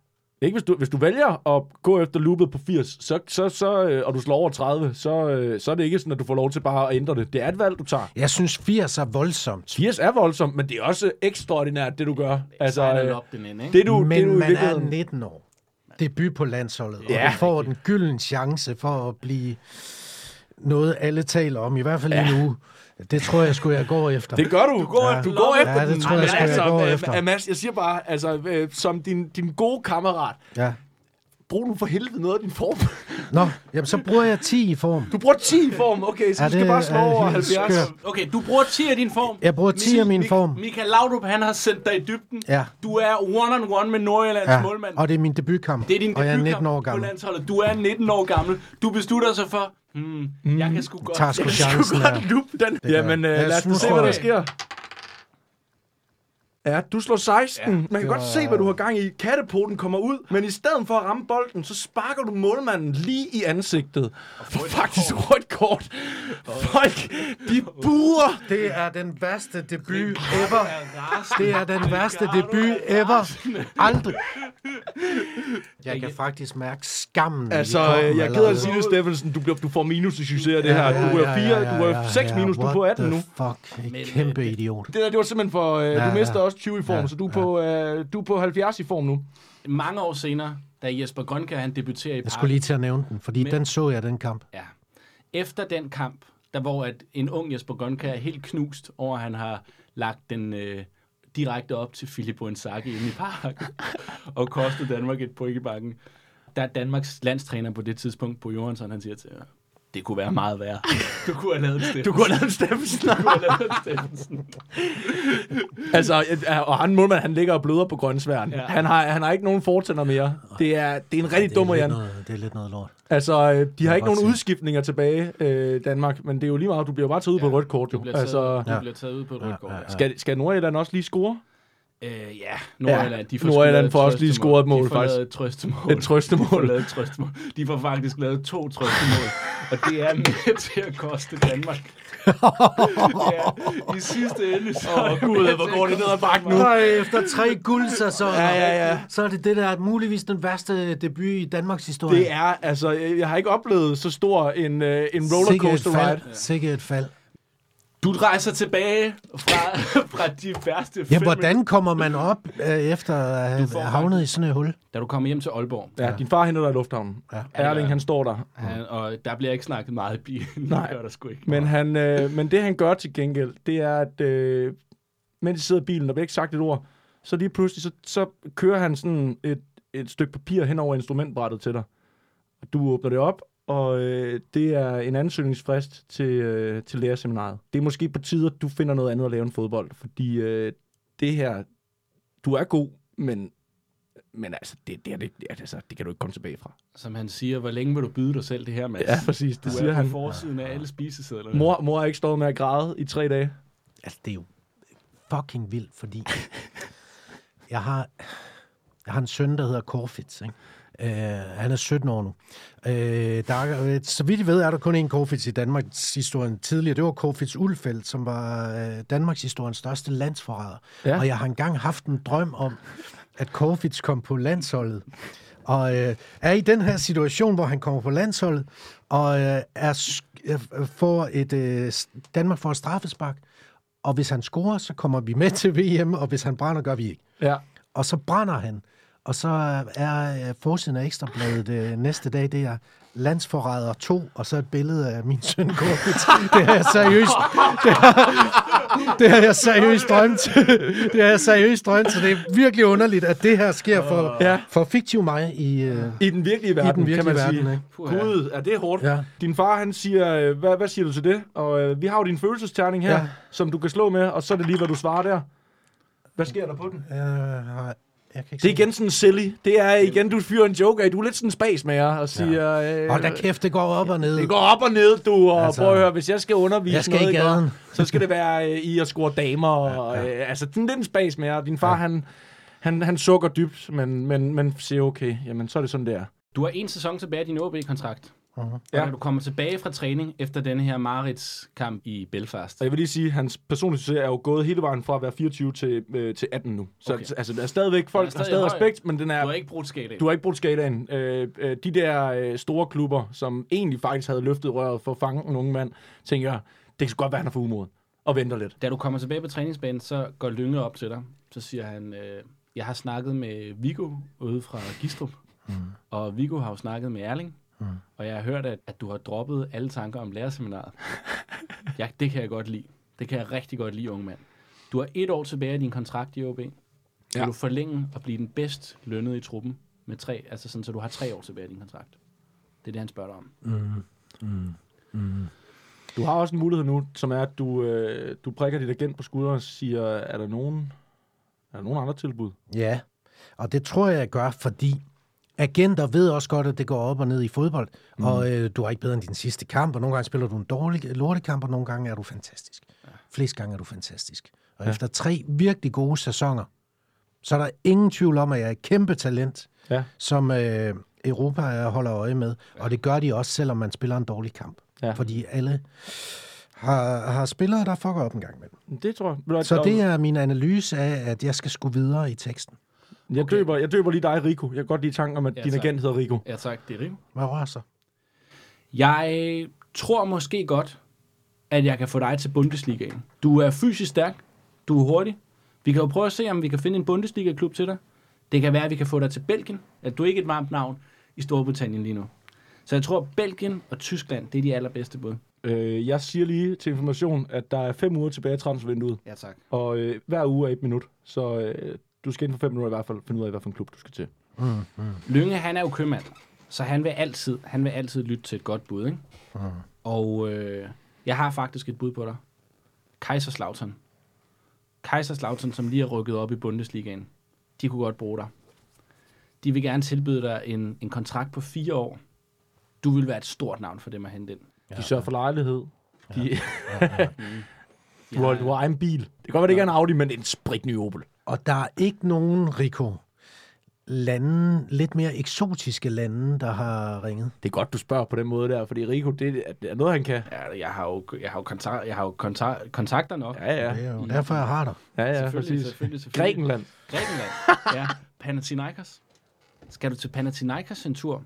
Ikke hvis du, hvis du vælger at gå efter loopet på 80, så, så, så, øh, og du slår over 30, så, øh, så er det ikke sådan, at du får lov til bare at ændre det. Det er et valg, du tager.
Jeg synes, 80 er voldsomt.
80 er voldsomt, men det er også ekstraordinært, det du gør. Altså,
Så er
øh,
det op den ende, ikke?
det du,
men
det, du i
man er
virkeligheden-
19 år. Debut på landsholdet, ja.
Ja.
og du får den gylden chance for at blive noget, alle taler om, i hvert fald ja. en uge. Det tror jeg, skulle jeg går efter.
Det gør du. Du går,
Ja.
du går
Ja,
efter
det
den.
tror jeg
Men
sgu, jeg går
øh,
efter.
Mads, jeg siger bare, altså, øh, som din, din gode kammerat,
Ja.
brug nu for helvede noget af din form. *laughs*
Nå, jamen, så bruger jeg 10 i form.
Du bruger 10 i form, okay, så
Ja,
du skal
det
bare slå
er
over
helt
70.
skørt.
Okay, du bruger 10 af din form.
Jeg bruger 10 af min
Mik-
form.
Michael Laudrup, han har sendt dig i dybden.
Ja.
Du er one-on-one med Nordjyllands
Ja.
målmand.
Og det er min debutkamp,
Det er din
og jeg er
debutkamp
19 år
på
gammel.
landsholdet. Du er 19 år gammel. Du beslutter sig for, hmm, jeg kan sgu godt.
Mm. Tager sgu
jeg kan
chancen her.
Lup den. Jamen, øh,
jeg. Jeg
lad os nu
smutter
se, hvad der
over.
sker. Ja, du slår 16. Ja, Man kan godt se, hvad du har gang i. Kattepoten kommer ud, men i stedet for at ramme bolden, så sparker du målmanden lige i ansigtet. For faktisk rødt kort. Folk, de buer.
Det er den værste debut ever.
rasende.
Det er den værste debut ever. Aldrig. Jeg kan faktisk mærke skammen. i
Altså, øh,
kroppen
jeg gider
allerede.
at sige det, Steffensen. Du, bliver, du får minus, hvis du ser det
Ja,
her.
ja,
Du
ja,
er 4,
ja,
du
ja,
er 6
ja.
minus, du er på
What
18
the
nu.
Fuck, en
øh,
kæmpe idiot.
Det der, det var simpelthen for... Øh,
Ja,
du mister
ja.
også 20 i form,
Ja,
så du er, på, øh, du er på 70 i form nu.
Mange år senere, da Jesper Grønkær, han debuterer i
Jeg skulle lige til at nævne den, fordi
Men-
den så jeg, den kamp.
Ja. Efter den kamp, der hvor at en ung Jesper Grønkær er helt knust over, at han har lagt den øh, direkte op til Philip Bonsaki inde i *laughs* parken og kostet Danmark et point i bakken. Der er Danmarks landstræner på det tidspunkt, på Johansson, han siger til mig, det kunne være meget værre. Du kunne have lavet en Steffensen.
Du kunne have lavet en Steffensen.
Du kunne have lavet en Steffensen.
Altså, øh, og han målmand, han ligger og bløder på grøntsværen.
Ja.
Ja. Han, har, han har ikke nogen fortænder mere. Det er, det er en rigtig
Det
dum,
er, lidt
Jan.
noget, det er lidt noget lort.
Altså, øh, de har ikke
godt
nogen
se.
udskiftninger tilbage, øh, Danmark. Men det er jo lige meget, du bliver bare taget ud på et rødt kort,
Du
jo.
bliver taget,
Altså,
du bliver taget ud på et rødt kort.
skal, skal Nordjylland også lige
*laughs*
score?
Øh, ja, Nordjylland, de får
Nordjylland
scoret et
får også lige scoret et
trøstemål.
mål,
de får
faktisk.
Lavet et trøstemål.
Et trøstemål.
De får, lavet et trøstemål. de får faktisk lavet to trøstemål, og det er
*laughs*
med til at koste Danmark. ja, I sidste ende, så Åh, oh,
gud, hvor går det ned ad bakke nu.
Og efter tre guldsæsoner,
Ja, ja, ja.
så er det det der er muligvis den værste debut i Danmarks historie.
Det er, altså, øh, jeg har ikke oplevet så stor en, øh, en rollercoaster
Sikke et
ride.
fald. Sikke et fald.
Du rejser tilbage fra, fra de værste
Ja,
fem-
hvordan kommer man op øh, efter at have havnet i sådan et hul?
Da du kommer hjem til Aalborg,
Ja, din far henter dig i lufthavnen. Ja. Erling, han står der.
han, og der bliver ikke snakket meget i bilen. Nej. Det gør der sgu ikke.
Men, han, øh, men det, han gør til gengæld, det er, at øh, mens de sidder i bilen, der bliver ikke sagt et ord, så lige pludselig, så, så kører han sådan et, et stykke papir hen over instrumentbrættet til dig. Du åbner det op, og øh, det er en ansøgningsfrist til, øh, til lærerseminaret. Det er måske på tide, at du finder noget andet at lave end fodbold, fordi øh, det her, du er god, men, men altså, det, det, er det, det, er- altså, det kan du ikke komme tilbage fra.
Som han siger, hvor længe vil du byde dig selv det her, Mads?
Ja, præcis, det
du
siger
er
han.
på forsiden af alle spisesedlerne.
Mor, mor har ikke stået med at græde i tre dage.
Altså, det er jo fucking vildt, fordi jeg har, jeg har en søn, der hedder Corfitz, ikke? Uh, han er 17 år nu. Uh, der er, øh, så vidt jeg ved, er der kun én Corfitz i Danmarks historien tidligere. Det var Corfitz Ulfeldt, som var uh, Danmarks historiens største landsforræder.
Ja.
Ja. Og jeg har engang haft en drøm om, at Corfitz kom på landsholdet. Og øh, er i den her situation, hvor han kommer på landsholdet, og øh, er, sk- øh, får et, øh, s- Danmark får et straffespark, og hvis han scorer, så kommer vi med til VM, og hvis han brænder, gør vi ikke.
Ja.
Og så brænder han, Og så er øh, forsiden af Ekstrabladet øh, næste dag, det er landsforræder 2, og så et billede af min søn Gorbit.
*laughs*
Det har jeg seriøst... Det har, det har jeg seriøst drømt. Det har jeg seriøst drømt, så det er virkelig underligt, at det her sker for,
Ja.
for fiktiv mig i... Øh,
I den virkelige verden,
den virkelige
kan man sige.
verden, ikke?
Puha. Gud, er det hårdt.
Ja.
Din far, han siger, øh, hvad, hvad siger du til det? Og øh, vi har jo din følelsesterning her,
Ja.
ja. som du kan slå med, og så er det lige, hvad du svarer der. Hvad sker der på den?
øh, jeg kan ikke
Det er
se
igen sådan silly. Det er igen, du fyrer en joke af. Du er lidt sådan en spas med jer og siger... Ja.
Hold da kæft, det går op og ned.
Det går op og ned, du. Og
Altså,
altså, prøv at høre, hvis jeg skal undervise
jeg skal i
noget, ikke,
gaden.
*laughs* så skal det være øh, i at score damer. Og, øh, altså, den lidt en spas med jer. Din far, ja. han, han, han sukker dybt, men, men, men siger, okay, jamen, så er det sådan, det er.
Du har en sæson tilbage af din OB-kontrakt. Uh-huh. Ja.
Ja.
Og når du kommer tilbage fra træning efter denne her Marits kamp i Belfast.
Og jeg vil lige sige, at hans personlige succes er jo gået hele vejen fra at være 24 til, øh, til 18 nu. Så
Okay.
okay. altså, der er stadigvæk folk,
er
der har
stadig
stadig
høj.
respekt, men den
Du har
er,
ikke brugt skade
du har ikke brugt skalaen. Øh, øh, de der øh, store klubber, som egentlig faktisk havde løftet røret for at fange en unge mand, tænker jeg, det kan sgu godt være, han er for umod og venter lidt.
Da du kommer tilbage på træningsbanen, så går Lynge op til dig. Så siger han, øh, jeg har snakket med Viggo ude fra Gistrup. Mm. Og Viggo har jo snakket med Erling. Mm. Og jeg har hørt, at, at du har droppet alle tanker om *laughs* lærerseminaret. ja, det kan jeg godt lide. Det kan jeg rigtig godt lide, unge mand. Du har et år tilbage i din kontrakt i OB. Vil ja.
Ja.
du forlænge og blive den bedst lønnede i truppen? Med tre, altså sådan, så du har tre år tilbage i din kontrakt. Det er det, han spørger dig om.
Du har også en mulighed nu, som er, at du, øh, du prikker dit agent på skulderen og siger, er der nogen, er der nogen andre tilbud?
Ja, og det tror jeg, jeg gør, fordi agenter ved også godt, at det går op og ned i fodbold, mm. og øh, du er ikke bedre end din sidste kamp, og nogle gange spiller du en dårlig øh, lortekamp, og nogle gange er du fantastisk. Flest gange er du fantastisk. Og ja. efter tre virkelig gode sæsoner, så er der ingen tvivl om, at jeg er et kæmpe talent,
Ja.
som øh, Europa holder øje med, og det gør de også, selvom man spiller en dårlig kamp.
Ja.
Fordi alle har, har spillere, der fucker op en gang imellem.
Det tror jeg. Ved du hvad,
Så
og-
det er min analyse af, at jeg skal sgu videre i teksten.
jeg, døber, jeg døber lige dig, Rico. Jeg kan godt lide tanken om, at
Ja,
ja, din
tak.
agent hedder Rico.
Ja tak, det er rimeligt.
Hvad rører sig?
Jeg tror måske godt, at jeg kan få dig til Bundesligaen. Du er fysisk stærk. Du er hurtig. Vi kan jo prøve at se, om vi kan finde en Bundesliga-klub til dig. Det kan være, at vi kan få dig til Belgien. At du er ikke et varmt navn i Storbritannien lige nu. Så jeg tror, at Belgien og Tyskland, det er de allerbedste bud.
Øh, jeg siger lige til information, at der er fem uger tilbage i transfervinduet,
Ja, tak.
og øh, hver uge er et minut. Så øh, du skal inden for fem minutter i hvert fald finde ud af, hvilken klub du skal til.
Lønge, han er jo købmand, så han vil altid, han vil altid lytte til et godt bud, ikke? Mm. Og øh, jeg har faktisk et bud på dig. Kaiserslautern. Kaiserslautern, som lige er rykket op i Bundesligaen. De kunne godt bruge dig. De vil gerne tilbyde dig en, en kontrakt på fire år. Du vil være et stort navn for dem at hente ind.
De sørger for lejlighed. De... *laughs* du, har, du har egen bil. Det kan godt være, det ikke er en Audi, men en spritny Opel.
Og der er ikke nogen, Rico, lande, lidt mere eksotiske lande, der har ringet.
Det er godt, du spørger på den måde der, fordi Rico, det er- er noget, han kan.
Ja, jeg har jo, jeg har jo, kontak, jeg har jo kontak, kontakter nok.
Ja, ja.
Det er jo derfor, jeg har dig.
ja, ja
selvfølgelig,
præcis.
selvfølgelig, selvfølgelig.
Grækenland. *laughs*
Grækenland. ja, Panathinaikos. Skal du til Panathinaikos en tur?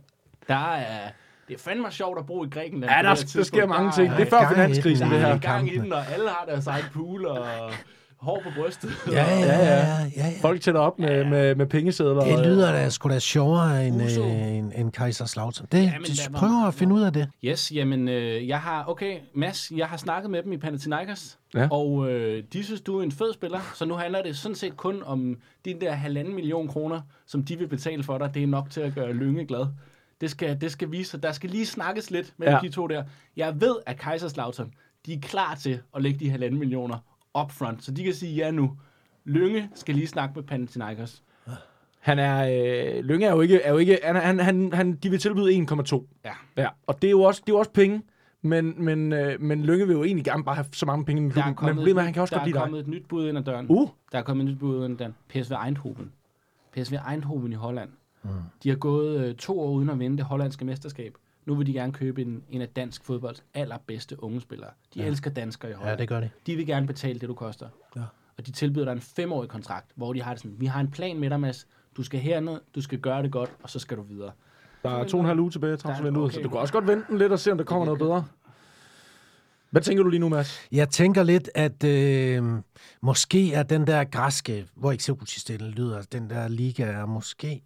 Der er... Det er fandme sjovt at bo i Grækenland.
Ja,
på det
der, der
her tidspunkt.
sker mange ting.
Der
Det
er
er før
gang i den.
finanskrisen, det
Der
her.
er
i gang i
kampene.
den, og alle har deres egen pool og hår på brystet.
Ja, ja, ja. ja, ja.
Folk tæller op med, med, med pengesedler. og-
Det lyder da sgu da sjovere end,
Uso.
øh, end, end Kaiserslautern. Det,
men
de
der var-
prøver at finde ud af det.
Yes, jamen, øh, jeg har... Okay, Mads, jeg har snakket med dem i Panathinaikos,
Ja.
og øh, de synes, du er en fed spiller, så nu handler det sådan set kun om de der halvanden million kroner, som de vil betale for dig. Det er nok til at gøre Lønge glad. Det skal, det skal vise sig. Der skal lige snakkes lidt mellem ja.
Ja.
de to der. Jeg ved, at Kaiserslautern, de er klar til at lægge de halvanden millioner up front, så de kan sige ja nu. Lønge skal lige snakke med Panathinaikos.
Han er, øh, Lønge er jo ikke, er jo ikke han, han, han, han, de vil tilbyde 1,2.
Ja.
ja. Og det er jo også, det er jo også penge, men, men, øh, men Lønge vil jo egentlig gerne bare have så mange penge, i
Der er
klubben. men
kommet,
problemet er, han kan også
der
godt lide
er
dig.
kommet et nyt bud ind ad døren.
Uh,
Der er kommet et nyt bud ud af den. PSV Eindhoven. PSV Eindhoven i Holland. Mm. De har gået øh, to år uden at vinde det hollandske mesterskab. Nu vil de gerne købe en, en af dansk fodbolds allerbedste unge spillere. De ja. elsker danskere i Holland.
det gør de.
De vil gerne betale det, du koster.
Ja.
Og de tilbyder dig en femårig kontrakt, hvor de har det sådan, vi har en plan med dig, Mads. Du skal herned, du skal gøre det godt, og så skal du videre.
der er to og en halv uge tilbage,
Der er-
transfervinduet, okay. så
okay.
du kan også godt vente den lidt og se, om der kommer noget bedre. Hvad tænker du lige nu, Mads?
Jeg tænker lidt, at øh, måske er den der græske, hvor eksotisk den lyder, den der liga er måske...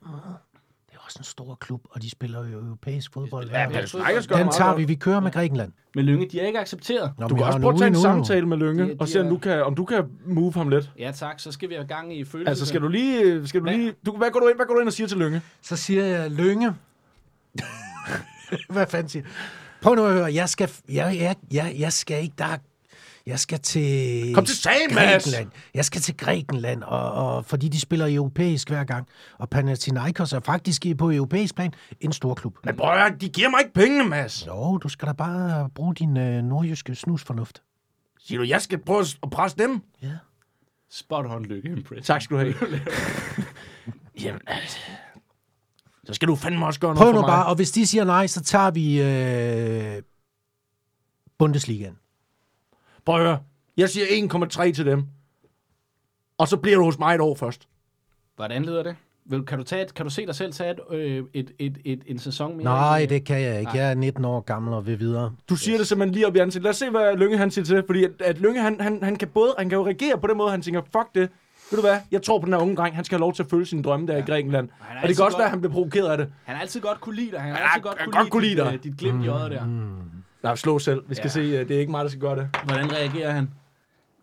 Det er også en stor klub, og de spiller jo europæisk fodbold.
Ja,
Peter Snakkes gør
den
meget
tager
godt.
vi. Vi kører med Grækenland.
Men Lønge, de er ikke accepteret.
Nå,
Du kan også prøve at tage en samtale med Lønge,
De- de
og se, om
er-
du, kan, om du kan move ham lidt.
Ja tak, så skal vi have gang i følelsen.
Altså, skal du lige... Skal du
Hvad?
lige du, hvad, går du ind, hvad går du ind og siger til Lønge?
Så siger jeg, Lønge... Hvad fanden siger jeg? Prøv nu at høre, jeg skal, jeg, jeg, jeg, jeg skal ikke, der er- jeg skal til...
Kom til sagen, Mads!
Grækenland. Jeg skal til Grækenland, og, og, fordi de spiller europæisk hver gang. Og Panathinaikos er faktisk på europæisk plan en stor klub.
Men prøv at høre, de giver mig ikke pengene, Mads.
Jo, du skal da bare bruge din øh, nordjyske snusfornuft.
Siger du, jeg skal prøve at presse dem?
Ja.
Spot on, Lykke Impress.
Tak skal du have. *laughs* Jamen, altså... Så skal du fandme også gøre noget
Prøv
for
nu
mig.
bare, og hvis de siger nej, så tager vi øh, Bundesligaen.
Prøv at høre. Jeg siger 1,3 til dem. Og så bliver du hos mig et år først.
Hvordan lyder det? Vil, kan, du tage et, kan du se dig selv tage et, øh, et, et, et, en sæson mere?
Nej,
Øh,
det kan jeg ikke. Jeg er 19 år gammel og vil videre.
Du siger yes. det simpelthen lige op i ansigtet. Lad os se, hvad Lønge han siger til det. Fordi at, at Lønge, han, han, han, kan både, han kan jo reagere på den måde, han tænker, fuck det. Ved du hvad? Jeg tror på den her unge dreng. Han skal have lov til at følge sine drømme der i Grækenland.
han er
og det
altid
kan også
godt.
være, at han bliver provokeret af det.
Han har altid godt kunne lide dig. Han har
Ja,
altid godt
jeg
kunne,
godt
lide,
kunne lide
dit,
dig.
øh, dit glimt i
Mm,
øjet der.
Nej, slå selv. Vi skal
Ja.
ja. se, øh, det er ikke mig, der skal gøre det.
Hvordan reagerer han?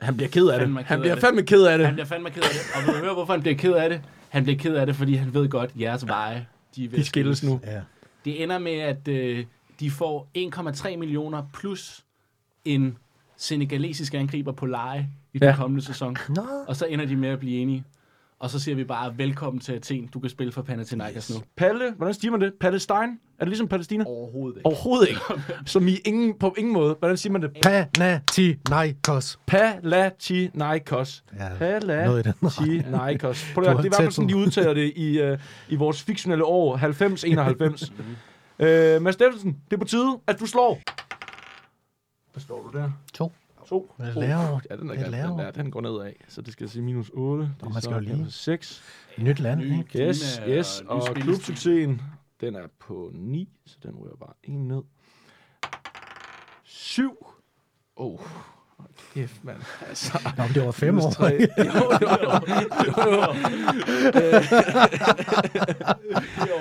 Han bliver ked af
Fandme
det.
ked af
Han bliver
det.
fandme ked af
Han
det.
bliver fandme ked af det. Og vil du høre, hvorfor han bliver ked af det? Han bliver ked af det, fordi han ved godt, at jeres veje, de er ved
De
at
skilles nu.
Ja.
Det ender med, at øh, de får 1,3 millioner plus en senegalesisk angriber på leje i den
Ja.
kommende sæson.
Nå.
Og så ender de med at blive enige. Og så siger vi bare, velkommen til Athen. Du kan spille for Panathinaikos nu.
Palle, hvordan siger man det? Palestine? Er det ligesom Palæstina?
Overhovedet ikke.
Overhovedet ikke. Som i ingen, på ingen måde. Hvordan siger man det?
Panathinaikos.
Palatinaikos.
Ja, noget i den
Palatinaikos. Prøv
Du
at
var
høre, det er i hvert fald
tæt
sådan, de
på.
udtaler det i, øh, i vores fiktionelle år
*laughs*
90-91.
Mhm.
øh, Mads Steffensen, det er på tide, at du slår. Hvad står du der?
To.
To.
Jeg laver.
Ja, den er,
Jeg
den,
laver.
den, der, den går nedad, så det skal sige minus 8. Det er
man skal
så
jo lige-
6.
Nyt land,
Ny
ikke?
klima
Yes, yes.
ny
Og
spillestil.
klubsuccesen, den er på 9, så den ryger bare en ned. 7. Åh, oh, kæft,
*laughs*
mand. Altså,
Nå, men det var fem
minus
år.
tre. jo, jo, jo.
*laughs*
jo, jo.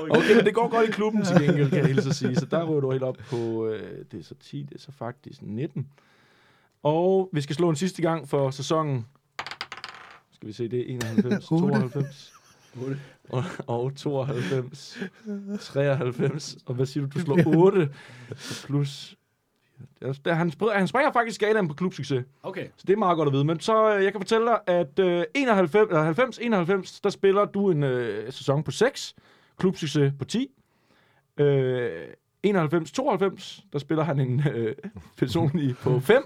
Øh, okay, men det går godt i klubben til gengæld, kan jeg hilse at sige. Så der ryger du helt op på, øh, det er så 10, det er så faktisk 19. Og vi skal slå en sidste gang for sæsonen. Skal vi se, det er 91,
Otte.
92. Og, og 92, 93. Og hvad siger du, du slår 8 plus... Der, han, spr- han springer faktisk skalaen på klubsucces.
Okay.
Så det er meget godt at vide. Men så øh, jeg kan fortælle dig, at øh, 91, eller 90, 91, der spiller du en øh, sæson på 6, klubsucces på 10. Øh, 91, 92, der spiller han en øh, personlig på 5,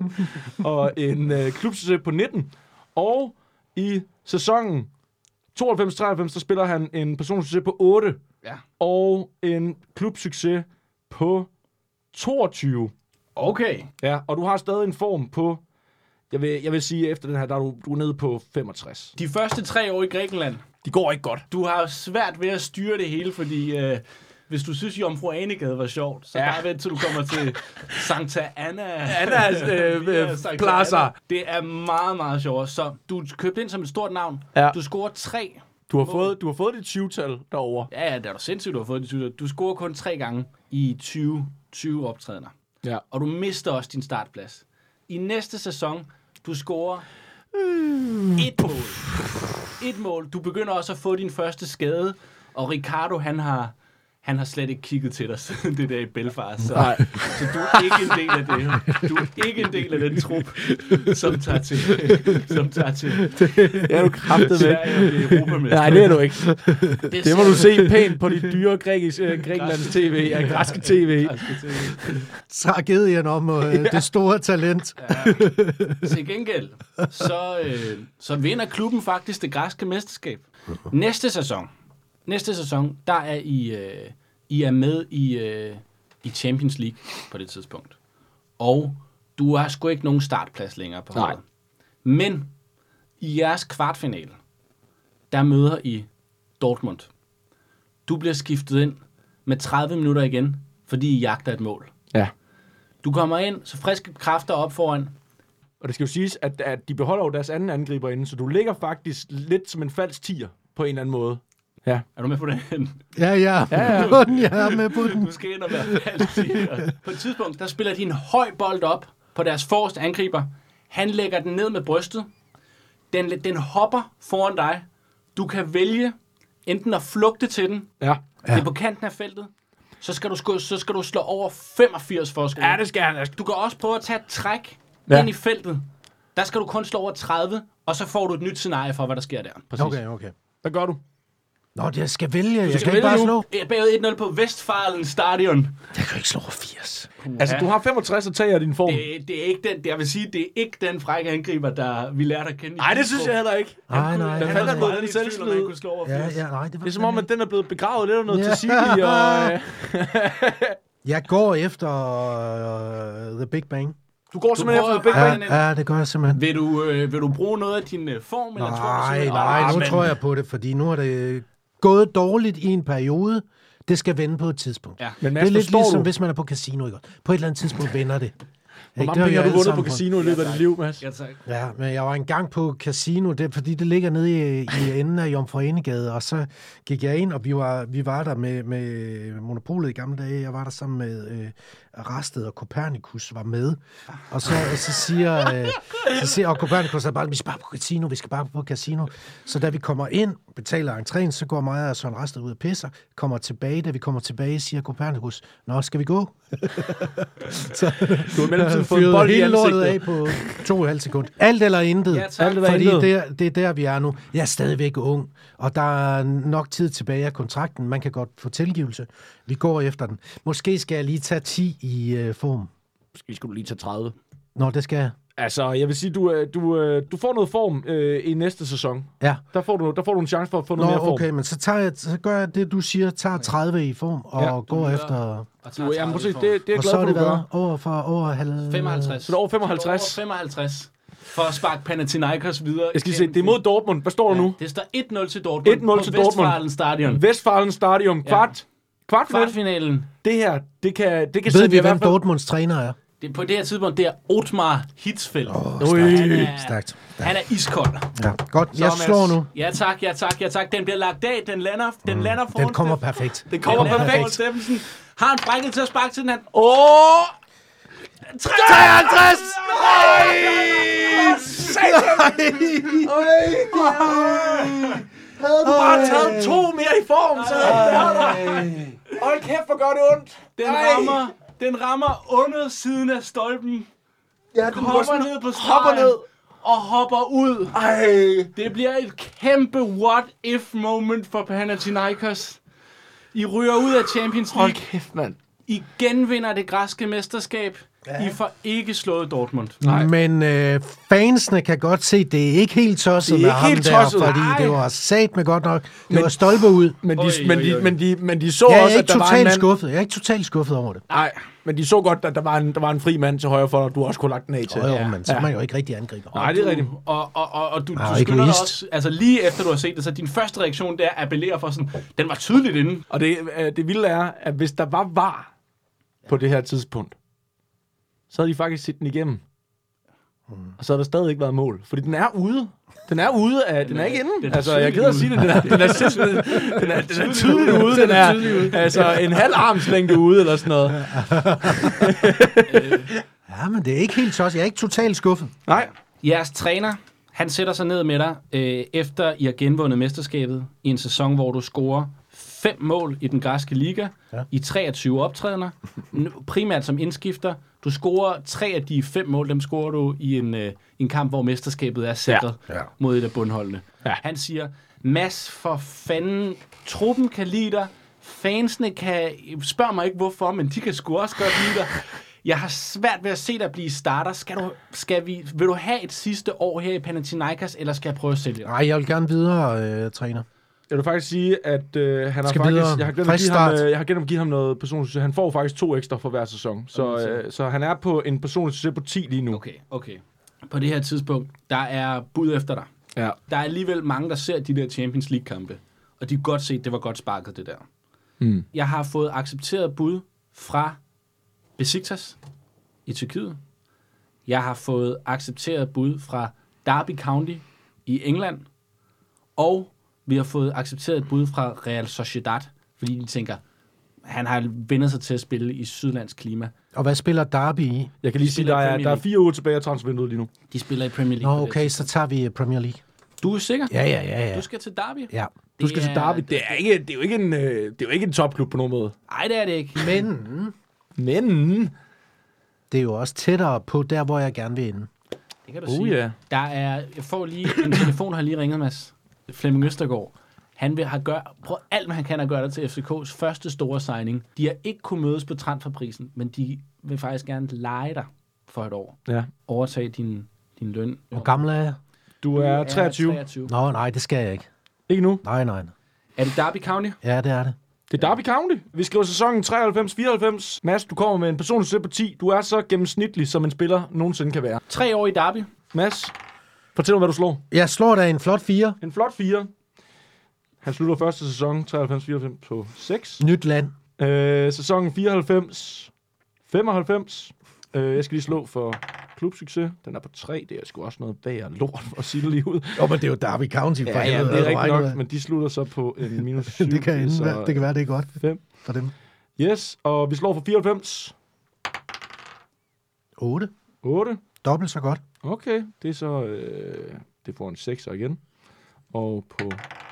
og en øh, klubsucces på 19. Og i sæsonen 92-93, der spiller han en personlig succes på 8,
Ja.
og en klubsucces på 22.
Okay.
Ja, og du har stadig en form på... Jeg vil, jeg vil sige, efter den her, der er du, du er nede på 65.
De første tre år i Grækenland,
De går ikke godt.
du har jo svært ved at styre det hele, fordi øh, hvis du synes, Jomfru Anegade var sjovt, så
Ja.
ja. bare vent til du kommer til Santa Anna.
Annas øh,
*laughs* Ja,
øh,
Santa
plaza.
Anna. Det er meget, meget sjovt. Så du købte ind som et stort navn.
Ja.
Du scorer tre.
Du har fået, du har fået dit 20-tal derovre.
Ja, ja, det er da sindssygt, du har fået det. synes jeg. Du scorer kun tre gange i 20, 20 optrædener.
Ja.
Og du mister også din startplads. I næste sæson, du scorer
Øh.
et mål. Et mål. Du begynder også at få din første skade, og Ricardo, han har, han har slet ikke kigget til dig *laughs* siden det der i Belfast. Så,
Nej.
så du er ikke en del af det. Du er ikke en del af den trup, som tager til, som tager til
Ja, du kraftede
Sverige
*laughs*
og bliver europamester.
Nej, det er du ikke.
det,
Det må du se pænt på dit dyre grækis, øh, Grækenlands tv, ja, græske tv.
Tragedien om øh, det store talent.
Til gengæld, så, øh, så vinder klubben faktisk det græske mesterskab. Næste sæson, næste sæson der er I, øh, I er med i, øh, i Champions League på det tidspunkt. Og du har sgu ikke nogen startplads længere på holdet. Men i jeres kvartfinale, der møder I Dortmund. Du bliver skiftet ind med 30 minutter igen, fordi I jagter et mål.
Ja.
Du kommer ind, så friske kræfter op foran.
Og det skal jo siges, at, at de beholder jo deres anden angriber inde, så du ligger faktisk lidt som en falsk tiger på en eller anden måde. Ja.
Er du med på den?
Ja, ja.
Ja, ja.
*laughs* Jeg er med på den.
Du skal ind og være falsk tiger. På et tidspunkt, der spiller de en høj bold op på deres forreste angriber. Han lægger den ned med brystet. Den, den hopper foran dig. Du kan vælge enten at flugte til den,
Ja.
ja. det er på kanten af feltet, så skal du, sku, så skal du slå over 85 for at score.
Ja, det skal han.
Du kan også prøve at tage et træk
Ja.
ja. ind i feltet. Der skal du kun slå over 30, og så får du et nyt scenarie for, hvad der sker der.
Præcis.
Okay, okay.
Hvad gør du?
Nå, det jeg skal vælge. Jeg
Du
kan ikke bare slå.
Ja, Bagud 1-0 på Vestfalen Stadion.
Jeg kan ikke slå 80.
Altså, du har 65 og tager din form.
Øh, Det, det er ikke den, jeg vil sige, det er ikke den frække angriber, der vi lærte at kende.
Nej, det synes jeg heller ikke.
Nej, nej.
Han,
Der
han,
faldt
han,
han
han,
mod
han,
den
han, han,
selvslid.
kunne slå over
Ja,
80.
ja, nej, det var
Det er som om, at den er blevet begravet lidt under noget
Ja.
yeah.
*laughs*
tzatziki og... øh,
Jeg går efter uh, The Big Bang.
Du går simpelthen
prøver
efter Big
at-
Bang.
Ja,
Bang er-
ja, det gør jeg simpelthen.
Vil du, øh, vil du bruge noget af din øh, form, eller tror du
Nej,
simpelthen Ah,
nej,
bare-
nu
men-
tror jeg på det, fordi nu er det gået dårligt i en periode. Det skal vende på et tidspunkt.
Ja.
Men
det
Mads,
er lidt
forstår
ligesom,
du?
hvis man er på casino. Ikke? På et eller andet tidspunkt vender det.
Hvor mange penge har du vundet på casino i løbet af dit liv, Mads?
Ja, tak.
Ja, men jeg var engang på casino, det, er fordi det ligger nede i, i enden af Jomfruenegade, og så gik jeg ind, og vi var, vi var der med, med Monopolet i gamle dage. Jeg var der sammen med øh, Rasted, og Copernicus var med. Og så, og så siger... Øh, så siger og Copernicus er bare, vi skal bare på casino, vi skal bare på casino. Så da vi kommer ind, betaler entréen, så går mig og Søren Rasted ud og pisser, kommer tilbage. Da vi kommer tilbage, siger Copernicus, nå, skal vi gå?
Du har i mellemtiden fået en
Fyrede
bold i
hele
ansigtet.
lortet af på to og et halvt sekund. Alt eller intet.
Ja, tak. Alt
eller
Fordi
intet.
det er, det er der, vi er nu. Jeg er stadigvæk ung, og der er nok tid tilbage af kontrakten. Man kan godt få tilgivelse. Vi går efter den. Måske skal jeg lige tage 10 i øh, form.
Måske skulle du lige tage 30.
Nå, det skal jeg.
Altså, jeg vil sige, du, øh, du, øh, du får noget form øh, i næste sæson.
Ja.
Der får, du, der får du en chance for at få noget mere
Nå,
form.
okay, men så, tager jeg, så gør jeg det, du siger. Tager 30 i form og
Ja,
går
lyder-
efter...
Og tager
Du, jamen,
30
præcis,
for-
det, det er jeg
Og
glad
så
for,
er
du
det
gør.
været over for over halv...
55.
Så er det over 55.
Så er det over 55 for at sparke Panathinaikos videre.
Jeg skal lige se, det er mod Dortmund. Hvad står der nu?
Det står 1-0 til Dortmund
1-0 til
på
Dortmund.
Westfalen Stadion.
Vestfalen Stadium. Kvart. Kvart
Kvartfinalen.
Det her, det kan, det kan
Ved vi,
jer i
hvem
hvert fald-
Dortmunds træner er?
Det, på det her tidspunkt, det er Otmar Hitzfeldt. Oh.
Ui.
Stærkt.
Han er iskold.
Ja. Godt, jeg
Mads.
slår nu.
Ja tak, ja tak, ja tak. Den bliver lagt af. Den lander, den lander foran
Den kommer
Steffen-
perfekt.
Den kommer
Den lander
perfekt.
perfekt.
Steffensen har en brækket til at sparke til den anden.
Åh! Oh,
53!
bare taget to mere i form, så havde jeg været der. Hold kæft, hvor gør det ondt.
Den rammer, den rammer undersiden af stolpen.
Ja, den
Hopper
sådan-
ned på stregen.
Hopper ned.
og hopper ud.
Ej.
Det bliver et kæmpe what if moment for Panathinaikos. I ryger ud af Champions
Hold
League.
kæft, mand.
I genvinder det græske mesterskab. I får ikke slået Dortmund.
Nej. Men øh, fansene kan godt se, det er ikke helt tosset
Det er
med
ikke
ham
helt
der,
tosset,
fordi
nej.
det var sat med godt nok. Det men, var stolpe ud.
Men de,
Oj,
men,
oj,
de,
oj.
men, de, men de så
Jeg er
også,
ikke
at der var en
totalt
mand...
skuffet. Jeg er ikke totalt skuffet over det.
Nej, men de så godt, at der var en, der var en fri mand til højre for dig, du også kunne have lagt den af til.
Jo, jo, men så er man jo ikke rigtig angriber.
Nej, det er rigtigt.
Og, og, og, og du,
Ah,
du
ikke
skynder dig
vist.
også, altså lige efter du har set det, så din første reaktion der appellerer for sådan, den var tydeligt inde.
Og det, øh, det vilde er, at hvis der var var på det her tidspunkt, så havde de faktisk set den igennem. Og så havde der stadig ikke været mål. Fordi den er ude. Den er ude af... Den er ikke
den
inde.
er
Altså, jeg er ked af at sige
tydeligt
det. Den er, den er, *laughs* simpelthen- den er, den er tydeligt ude. Den er altså en halv armslængde ude eller sådan noget.
Ja, men det er ikke helt tosset. Jeg er ikke totalt skuffet.
Nej.
Jeres træner, han sætter sig ned med dig, øh, efter I har genvundet mesterskabet i en sæson, hvor du scorer fem mål i den græske liga, ja. i 23 optrædener, n- primært som indskifter. Du scorer tre af de fem mål, dem scorer du i en, øh, en kamp, hvor mesterskabet er sikret ja. Ja. mod et af bundholdene. Ja. Han siger, Mads, for fanden, truppen kan lide dig, fansene kan, spørg mig ikke hvorfor, men de kan sgu også godt lide dig. Jeg har svært ved at se dig blive starter. Skal du, skal vi, vil du have et sidste år her i Panathinaikos, eller skal jeg prøve at sælge Ah, dig?
Nej, jeg vil gerne videre, øh, træner.
Jeg vil faktisk sige, at øh, han har
Skal
faktisk...
videre.
Jeg har, glemt at
Frisk
give ham,
start.
øh, jeg har glemt at give ham noget personligt succes. Han får faktisk to ekstra for hver sæson. Så, øh, så han er på en personlig succes på 10 lige nu.
Okay, okay. På det her tidspunkt, der er bud efter dig.
Ja.
Der er alligevel mange, der ser de der Champions League-kampe, og de kan godt se, at det var godt sparket, det der.
Mm.
Jeg har fået accepteret bud fra Besiktas i Tyrkiet. Jeg har fået accepteret bud fra Derby County i England. Og vi har fået accepteret et bud fra Real Sociedad, fordi de tænker, han har vendet sig til at spille i sydlands klima.
Og hvad spiller Derby i?
Jeg kan lige sige,
spiller
der
i
er,
Premier
der er
League.
fire uger tilbage af transfervinduet lige nu.
De spiller i Premier
Nå,
League. på det
okay, så tager vi øh, Premier League.
tidspunkt. Du er sikker?
Ja, ja, ja, ja.
Du skal til Derby?
ja.
Du skal til Derby. Det er, ikke, det, er jo ikke en, øh, det er jo ikke en topklub på nogen måde.
Nej, det er det ikke.
Men
Men...
det er jo også tættere på der, hvor jeg gerne vil ende.
Det kan du
Uh,
sige.
ja.
Der er, jeg får lige en telefon, har lige ringet, Mads. Flemming Østergaard. Han vil have gør, prøv alt, hvad han kan at gøre det til FCK's første store signing. De har ikke kunnet mødes på transferprisen, men de vil faktisk gerne lege dig for et år.
ja.
Overtage din, din løn.
Hvor gammel er jeg?
Du
Du
er 23.
23.
Nå, nej, det skal jeg ikke.
Ikke nu.
Nej, nej. nej.
Er det Derby County?
Ja, det er det.
Det er Derby County. Vi skriver sæsonen 93-94. Mads, du kommer med en personlig sted på 10. Du er så gennemsnitlig, som en spiller nogensinde kan være.
Tre år i Derby.
Mads, fortæl mig, hvad du slår.
Jeg slår da en flot fire.
En flot 4. Han slutter første sæson 93-94 på 6.
Nyt land.
Øh, sæsonen 94 95. Øh, jeg skal lige slå for klubsucces. Den er på 3. Det er sgu også noget værd lort for at sige det lige ud.
Åh, men det er jo Derby County.
Ja, ja, det er rigtigt nok, men de slutter så på
*laughs*
en minus 7.
det kan, ende, med- det kan være, det er godt
Fem.
for dem.
Yes, og vi slår for 94.
8.
8.
Dobbelt så godt.
Okay, det er så... Øh, det får en 6'er igen. Og på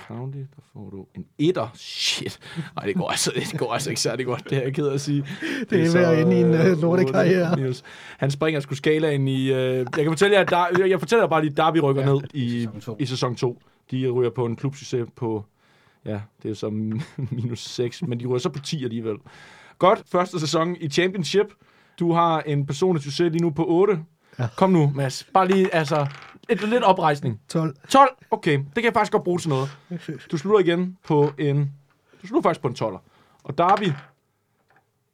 County, der får du en 1'er. Shit. Nej, det går altså, det går altså ikke særlig godt, det er jeg ked af at sige. Det
er ved at ende i en, øh, lortekarriere.
otte minus. Han springer sgu skalaen i... Øh, jeg kan fortælle jer, at der, jeg fortæller jer bare lige, Derby rykker ja, ned i,
sæson to.
i sæson 2. De ryger på en klubsucces på... Ja, det er så *laughs* minus 6, men de ryger så på 10 alligevel. Godt, første sæson i Championship. Du har en personlig succes lige nu på 8. Ja. Kom nu, Mads. Bare lige, altså, et, lidt oprejsning.
12.
12, okay, det kan jeg faktisk godt bruge til noget. Du slutter igen på en... Du slutter faktisk på en 12'er. Og Derby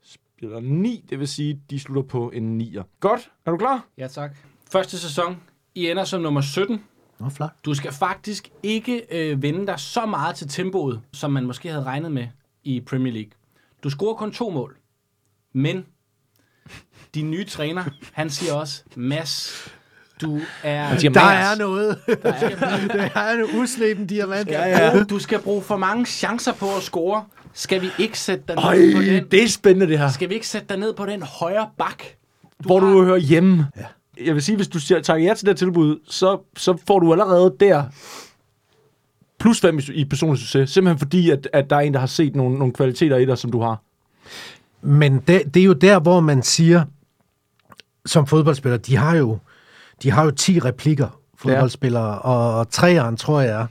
spiller 9, det vil sige, de slutter på en 9'er. Godt, er du klar?
Ja, tak. Første sæson. I ender som nummer 17.
Nå, flot.
Du skal faktisk ikke øh, vende dig så meget til tempoet, som man måske havde regnet med i Premier League. Du scorer kun to mål. Men din nye træner, han siger også, Mads, du er...
siger,
Der
Mads.
er noget.
Der
*laughs*
er
Der er en usleben diamant. Ja,
ja. Du skal bruge for mange chancer på at score. Skal vi ikke sætte dig ned på den?
det er spændende det her.
Skal vi ikke sætte dig ned på den højre bak?
Du hvor du hører hjemme. Ja. Jeg vil sige, hvis du siger- takker ja til det her tilbud, så, så får du allerede der plus 5 i personlig succes. Simpelthen fordi, at, at der er en, der har set nogle, nogle kvaliteter i dig, som du har.
Men det, det er jo der, hvor man siger, som fodboldspiller, de har jo, de har jo 10 replikker, fodboldspillere, og, og treeren, tror jeg, er,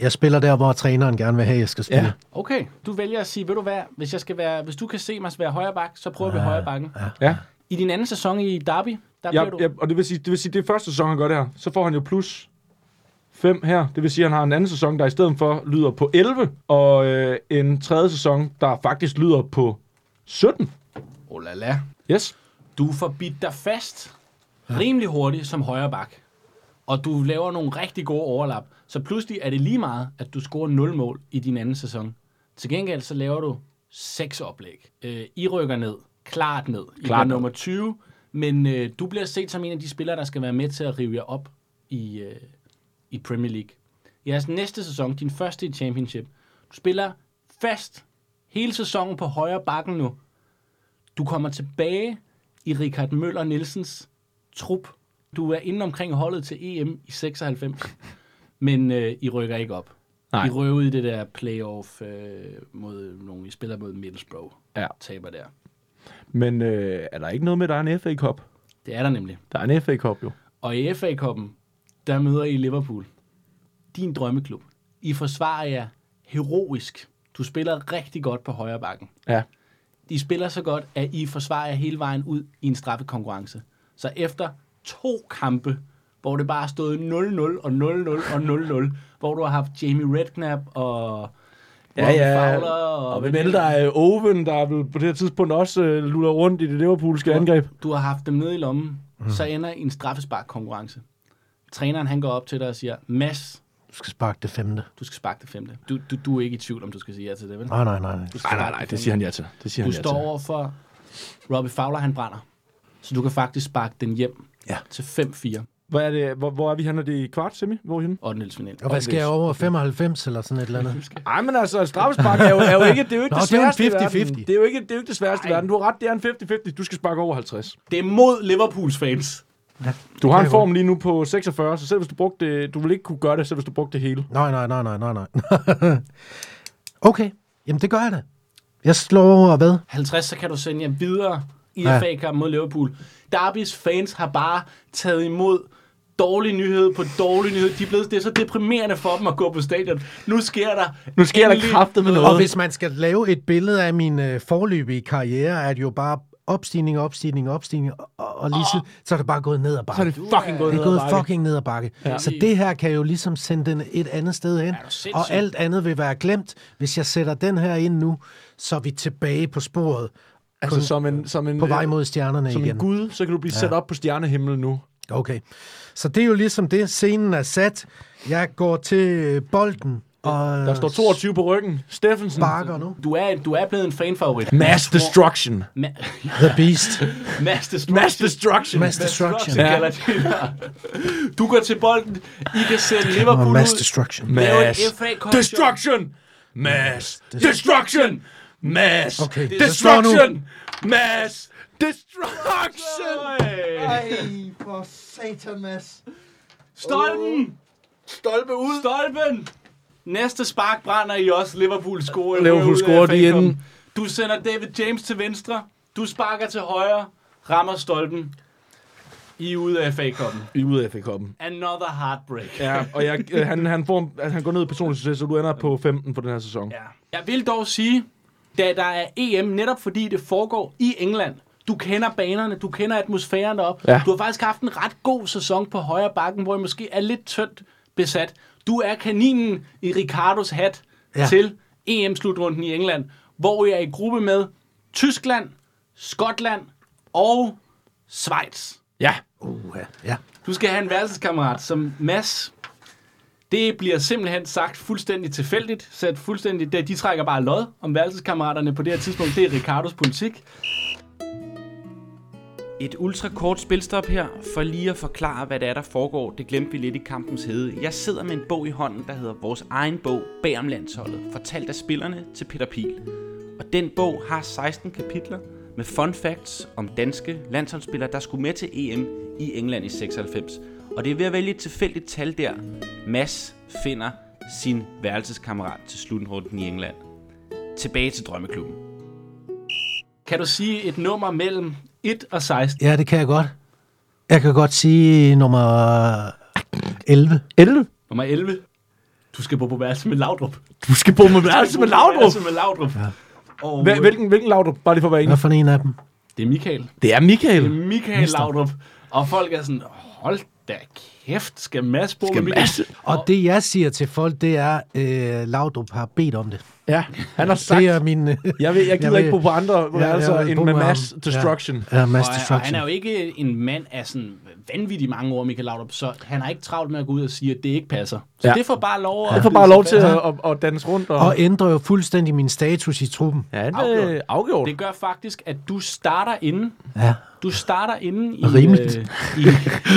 jeg spiller der, hvor træneren gerne vil have, at jeg skal spille.
Ja.
Ja.
Okay, du vælger at sige, ved du hvad, hvis, jeg skal være, hvis du kan se mig være højre bak, så prøver vi højre bakken.
Ja.
I din anden sæson i Derby, der
ja,
blev du...
ja og det vil sige, det vil sige, det er første sæson, han gør det her. Så får han jo plus 5 her. Det vil sige, at han har en anden sæson, der i stedet for lyder på 11, og øh, en tredje sæson, der faktisk lyder på 17.
Oh la la.
Yes.
Du får bidt dig fast rimelig hurtigt som højre bak. Og du laver nogle rigtig gode overlap. Så pludselig er det lige meget, at du scorer 0 mål i din anden sæson. Til gengæld så laver du seks oplæg. Øh, I rykker ned. Klart ned. I
Klart
klart
ned.
nummer 20. Men øh, du bliver set som en af de spillere, der skal være med til at rive jer op i, øh, i Premier League. I jeres næste sæson, din første i Championship, du spiller fast hele sæsonen på højre bakken nu. Du kommer tilbage i Richard Møller Nielsens trup. Du er inde omkring holdet til EM i 96, *laughs* men øh, I rykker ikke op.
Nej.
Nej. I røver ud i det der playoff øh, mod nogle, I spiller mod Middlesbrough.
Ja.
Taber der.
Men øh, er der ikke noget med, at der er en FA Cup?
Det er der nemlig.
Der er en FA Cup jo.
Og i FA-koppen, der møder I Liverpool. Din drømmeklub. I forsvarer jer heroisk. Du spiller rigtig godt på højre bakken.
Ja.
de spiller så godt, at I forsvarer jer hele vejen ud i en straffekonkurrence. Så efter to kampe, hvor det bare har stået 0-0 og 0-0 og 0-0, hvor du har haft Jamie Redknapp og Robbie Fowler og,
og hvem ellers der er Oven, der er vel på det her tidspunkt også øh, luller rundt i det liverpoolske angreb.
du har haft dem nede i lommen, mm. så ender I en straffesparkkonkurrence. Træneren han går op til dig og siger, Mads,
Du skal sparke det femte.
du skal sparke det femte. Du, du, du er ikke i tvivl, om du skal sige ja til det, vel?
Nej, nej, nej. nej.
Du skal sparke femte.
han ja til. Det siger
Du står over for Robbie Fowler, han brænder. Så du kan faktisk sparke den hjem
Ja.
til 5-4
Hvad er det? Hvor, hvor er vi henne? Er det i kvart, Semi? Hvor er vi henne?
og den final.
Og hvad skal jeg over 95 eller sådan et eller andet?
Ej, men altså, straffespark er jo, er jo ikke, det er jo ikke
Nå,
det
det er jo en
sværeste i verden.
50-50.
Det er jo ikke, det er jo ikke det sværeste i
Ej.
verden. Du har ret, det er en 50-50. Du skal sparke over 50.
Det er mod Liverpools fans.
Du har
kan
en
jeg
form lige nu på 46, så selv hvis du brugte det, du vil ikke kunne gøre det, selv hvis du brugte det hele.
Nej, nej, nej, nej, nej, nej. *laughs* okay, jamen det gør jeg da. Jeg slår over hvad?
50, så kan du sende jer videre i
Ja.
ja. FA-kamp mod Liverpool. Derbys fans har bare taget imod dårlig nyhed på dårlig nyhed. De er blevet, det er så deprimerende for dem at gå på stadion. Nu sker der
Nu sker der
endelig
kraftet med
Og
noget.
hvis man skal lave et billede af min øh, forløbige karriere, er det jo bare opstigning, opstigning, opstigning, og, og lige så, så er det bare gået ned ad bakke.
Ah. Så er det fucking gået
det
ned
er
ad
gået
bakke.
fucking ned ad bakke. Ja. Så det her kan jo ligesom sende den et andet sted hen.
sindssyg?
Og alt andet vil være glemt. Hvis jeg sætter den her ind nu, så er vi tilbage på sporet.
Altså, som en, som en,
På vej
øh,
mod stjernerne
som
igen.
en gud, så kan du blive sat op på stjernehimmelen nu.
Okay. Så det er jo ligesom det, scenen er sat. Jeg går til øh, bolden og
Der står 22 på ryggen. Steffensen.
sparker nu.
Du er, du er blevet en fanfavorit.
Mass destruction.
Ma- *laughs*
The Beast.
Mass destruction.
Mass destruction.
Mass Destruction.
Ja.
kalder de det. Du går til bolden. I kan sætte Liverpool
Og Mass
ud.
Destruction.
Lave
Mass
et FA Cup
destruction. Mass destruction. Mass
Okay, så slår nu.
destruction. Mass destruction.
Ej,
for satan, Mads.
Stolpen!
Stolpe ud.
Stolpen! Næste spark brænder I også. Liverpool scorer.
Liverpool
Ud af
scorer, de er
FA Cup.
inde.
Du sender David James til venstre. Du sparker til højre. Rammer stolpen. I er ude af fa koppen
I er ude af FA-koppen.
Another heartbreak.
Ja, og jeg, øh, han, han, får, altså, han går ned i personlig succes, så du ender på 15 på den her sæson.
Ja. Jeg vil dog sige, da der er EM, netop fordi det foregår i England, du kender banerne, du kender atmosfæren op.
Ja.
Du har faktisk haft en ret god sæson på højre bakken, hvor I måske er lidt tyndt besat. Du er kaninen i Ricardos hat
Ja.
ja. til EM-slutrunden i England, hvor I er i gruppe med Tyskland, Skotland og Schweiz.
ja.
Uha, ja.
Du skal have en værelseskammerat som Mads. Det bliver simpelthen sagt fuldstændig tilfældigt. Sat fuldstændig, det, de trækker bare lod om værelseskammeraterne på det her tidspunkt. Det er Ricardos politik.
Et ultrakort spilstop her, for lige at forklare, hvad det er, der foregår. Det glemte vi lidt i kampens hede. Jeg sidder med en bog i hånden, der hedder Vores egen bog bag om landsholdet, fortalt af spillerne til Peter Pil. Og den bog har 16 kapitler med fun facts om danske landsholdsspillere, der skulle med til EM i England i 96. Og det er ved at vælge et tilfældigt tal der. Mass finder sin værelseskammerat til slutrunden i England. Tilbage til drømmeklubben.
Kan du sige et nummer mellem 1 og 16?
Ja, det kan jeg godt. Jeg kan godt sige nummer 11.
11.
Nummer 11. Du skal bo på værelse med Laudrup.
Du skal bo med værelse med Laudrup.
Værelse med Laudrup. Ja. Og,
altså Hva- Hvilken, hvilken Laudrup? Bare lige for at være enig.
Hvad for en af dem?
det er Michael.
Det er Michael.
Det er Michael Laudrup. Og folk er sådan, hold da kæft, skal Mads bo med Michael?
Og det, jeg siger til folk, det er, øh, Laudrup har bedt om det.
Ja, han har sagt.
Det er min... Øh, *laughs*
Jeg, vil, jeg gider
vil-
ikke bo på andre værelser
jeg vil
end
bo
med
med
Mass
ham.
Destruction. Ja.
ja, Mass
Og, han- og
Destruction.
han er jo ikke en mand af sådan vanvittigt mange år, Michael Laudrup, så han har ikke travlt med at gå ud og sige, at det ikke passer.
Ja.
Så ja. det får bare lov at...
Jeg får bare lov til at, at, at danse rundt. Og,
Og ændrer jo fuldstændig min status i truppen.
ja, det
afgjort.
er afgjort.
Det gør faktisk, at du starter inde.
Ja.
Du starter inde i...
Rimeligt.
Øh,
*laughs*
i,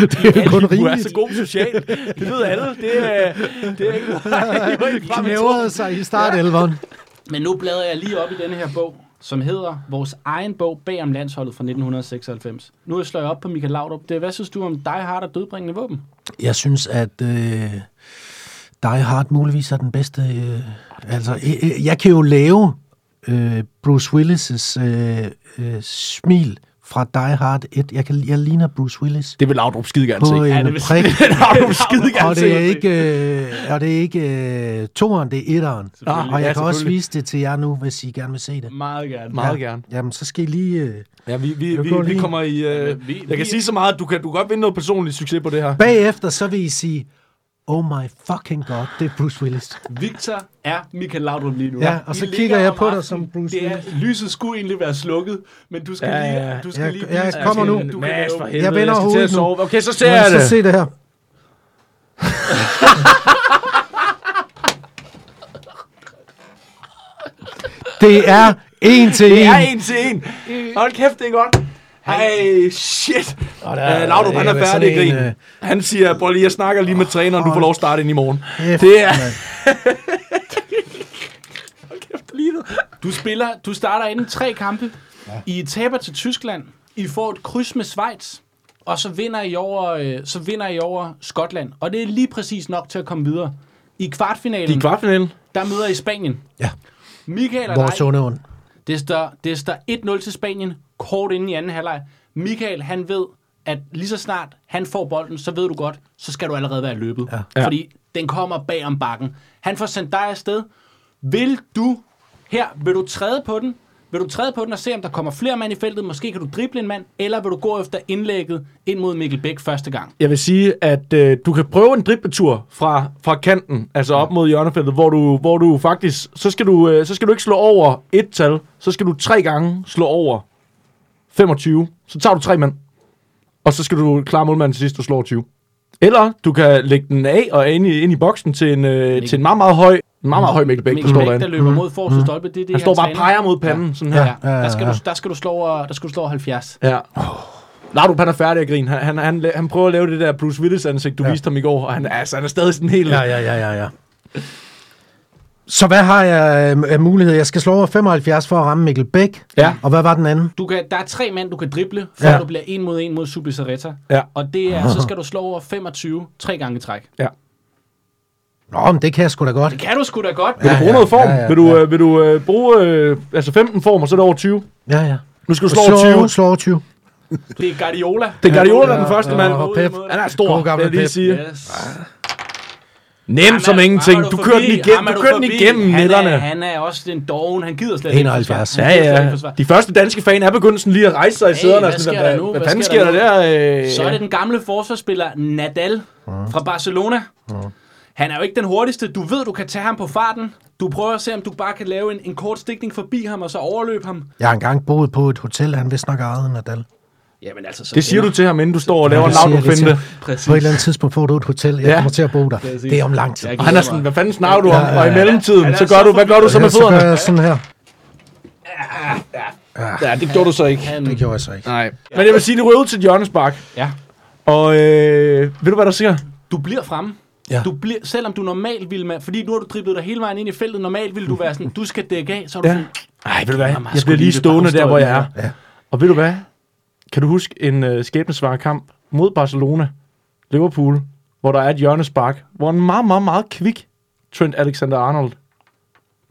det
er jo kun
Du er
rimeligt.
så god socialt. Det ved alle. Det, er- det *laughs* er ikke
Knævrede sig i startelveren.
Men nu bladrer jeg lige op i denne her bog, som hedder Vores egen bog bag om landsholdet fra 1996. Nu slår jeg op på Michael Laudrup. Det, er, hvad synes du om dig har og dødbringende våben?
Jeg synes, at øh, Die Hard muligvis er den bedste. Øh, altså, øh, øh, jeg kan jo lave øh, Bruce Willis' øh, øh, smil fra Die Hard 1. Jeg, kan, jeg ligner Bruce Willis
Det vil Laudrup skide gerne
på
Ja,
en
det
øh,
vil-
prik.
*laughs* Laudrup skide
Og
gerne
det er
se.
ikke, øh, og det er ikke øh, toeren, det er etteren.
Ah,
Og jeg
ja,
kan også
selvfølgelig.
vise det til jer nu, hvis I gerne vil se det.
Meget gerne.
Meget
ja.
gerne.
Jamen, så skal I lige... Øh,
Ja, vi, vi,
Jeg
vi,
går
vi
lige-
kommer i... Øh,
vi-
jeg
vi-
kan sige så meget, at du kan, du kan godt vinde noget personlig succes på det her.
bagefter, så vil I sige, oh my fucking god, det er Bruce Willis.
Victor er Michael Laudrup lige nu.
Ja, og
I
så
ligger
kigger jeg
om
på dig
aftenen.
som Bruce
det er, Lyset skulle egentlig være slukket, men du skal
Ja,
lige...
ja, ja.
Du skal
Jeg-
lige
jeg
vise,
kommer
at
nu.
Du
Mads, for
kan lave.
helvede,
vender
jeg skal til
hovedet
at
nu.
sove. Okay, så ser
Må
jeg
jeg
det.
så se det
*laughs*
her? Det er en til
Det er
en.
en til en. Hold kæft, det er godt. Hey, shit.
Og
Øh, Laudrup, han er
sådan
færdig,
en,
grin.
øh,
Han siger, prøv lige, jeg snakker lige med træneren, du får lov at starte ind i morgen.
kæft,
Det er-
mand.
Du spiller, du starter inden tre kampe. Ja. I taber til Tyskland. I får et kryds med Schweiz. Og så vinder, I over, øh, så vinder I over Skotland. Og det er lige præcis nok til at komme videre. I
De
kvartfinalen,
er kvartfinalen.
der møder I Spanien.
Ja.
Michael og
Vores
dig,
onde ond.
det står, det står 1-0 til Spanien, kort inden i anden halvleg. Michael, han ved, at lige så snart han får bolden, så ved du godt, så skal du allerede være løbet.
Ja.
Fordi den kommer bag om bakken. Han får sendt dig afsted. Vil du her, vil du træde på den? Vil du træde på den og se, om der kommer flere mand i feltet? Måske kan du drible en mand, eller vil du gå efter indlægget ind mod Mikkel Bæk første gang?
Jeg vil sige, at øh, du kan prøve en dribletur fra, fra kanten, altså op mod hjørnefeltet, hvor du, hvor du faktisk, så skal du, øh, så skal du ikke slå over et tal, så skal du tre gange slå over 25. Så tager du tre mand, og så skal du klare målmanden til sidst, du slår 20. Eller du kan lægge den af og ind i, ind i boksen til en, øh, til en meget, meget høj, en meget, meget høj Mikkel Bæk, der
Mikkel
står
Bæk, der
derinde. Mhm.
løber mod forreste stolpe, det er det,
Han står bare og
træner.
peger mod panden, sådan her.
Ja, der skal, du, der skal du slå over, der skal du slå over 70.
Ja. Oh. Laudrup, han er færdig at grine. Han, han, han, han prøver at lave det der Bruce Willis ansigt, du ja. viste ham i går, og han, altså, han er stadig sådan helt...
Ja, ja, ja, ja, ja. Så hvad har jeg øhm, af mulighed? Jeg skal slå over 75 for at ramme Mikkel Bæk.
Ja.
Og hvad var den anden?
Du kan, der er tre mænd, du kan drible, før
Ja.
ja. du bliver en mod en mod Subisareta.
Ja.
Og det er, så skal du slå over 25 tre gange i træk.
Nå, men det kan jeg sgu da godt.
Det kan du sgu da godt.
Vil du bruge
ja,
noget form?
ja, ja,
vil du,
ja.
øh, vil du øh, bruge øh, altså 15 form, og så er det over 20?
Ja, ja.
Nu skal du slå over 20.
Slå over 20.
Det er Guardiola.
Det er Guardiola, der er den første
ja,
mand.
og Pep.
Han er stor,
God
vil
gamle
jeg lige
Pep.
sige.
Yes.
Nem som
Ham er-
ingenting.
ham er
Du kørte den
forbi.
igennem,
Ham er
du kørte den
forbi.
igennem
han
netterne.
Er, han er også den doven, han gider slet ikke
71.
forsvare.
Ja,
Han gider slet ikke
ja.
forsvare.
De første danske fan er begyndt sådan lige at rejse sig i
Hey,
sæderne. og
hvad
sådan,
sker der nu?
Hvad
Hvad
fanden
sker
sker der
der
der? Øh,
Så er det den gamle forsvarsspiller Nadal fra Barcelona. Han er jo ikke den hurtigste. Du ved, du kan tage ham på farten. Du prøver at se, om du bare kan lave en, en kort stikning forbi ham, og så overløbe ham.
Jeg har engang boet på et hotel, han vist nok ejede Nadal.
Jamen altså, så
Det siger du til ham, inden du står og laver en
det siger jeg,
laudrup
det siger
finte.
Præcis.
På et eller andet tidspunkt får du et hotel, jeg
Ja.
kommer til at bo der. Det er om lang tid.
Jeg
Og han er
glæder
sådan,
mig.
hvad fanden snakker du om?
Ja, ja,
Og i
ja.
mellemtiden,
Han er
så
så
gør du, hvad gør du så med
så gør
fødderne?
jeg sådan her.
Ja, det gjorde du så ikke.
Det gjorde jeg så ikke.
Nej. Men jeg vil sige, det røde til Jørgens Bak.
Ja.
Og øh, ved du, hvad der sker?
Du bliver fremme.
Ja.
Du bliver, selvom du normalt ville, man, fordi nu har du driblet dig hele vejen ind i feltet, normalt ville du være sådan, du skal dække af, så er du
Ja.
ja. sådan,
Nej, ved du hvad?
Jamen, jeg
Jeg bliver
skulle
lige
lige ved
stående der,
bagstolpen
hvor jeg er.
Ja.
Og ved du hvad? Kan du huske en øh, skæbnesvare kamp mod Barcelona, Liverpool, hvor der er et hjørnespark, hvor en meget, meget, meget kvik Trent Alexander-Arnold,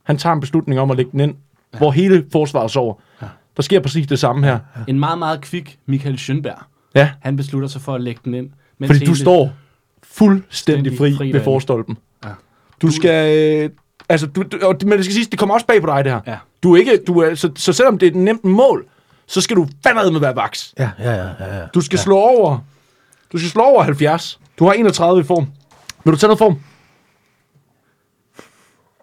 han tager en beslutning om at lægge den ind, ja. hvor hele forsvaret sover. Ja. Der sker præcis det samme her.
en meget, meget kvik Michael Schønberg.
Ja,
Han beslutter sig for at lægge den ind. mens
fordi du
hele-
står fuldstændig fri,
Fuldstændig fri
fri ved
derinde.
forstolpen. Ja. Du skal... Øh, altså, du, du, og det- men det skal siges, det kommer også bag på dig, det her.
Ja.
Du er ikke, du er, så, så selvom det er et nemt mål, så skal du fandme med være vaks.
Ja, ja, ja, ja, ja.
Du skal ja. slå over. Du skal slå over 70. Du har 31 i form. Vil du tage noget form?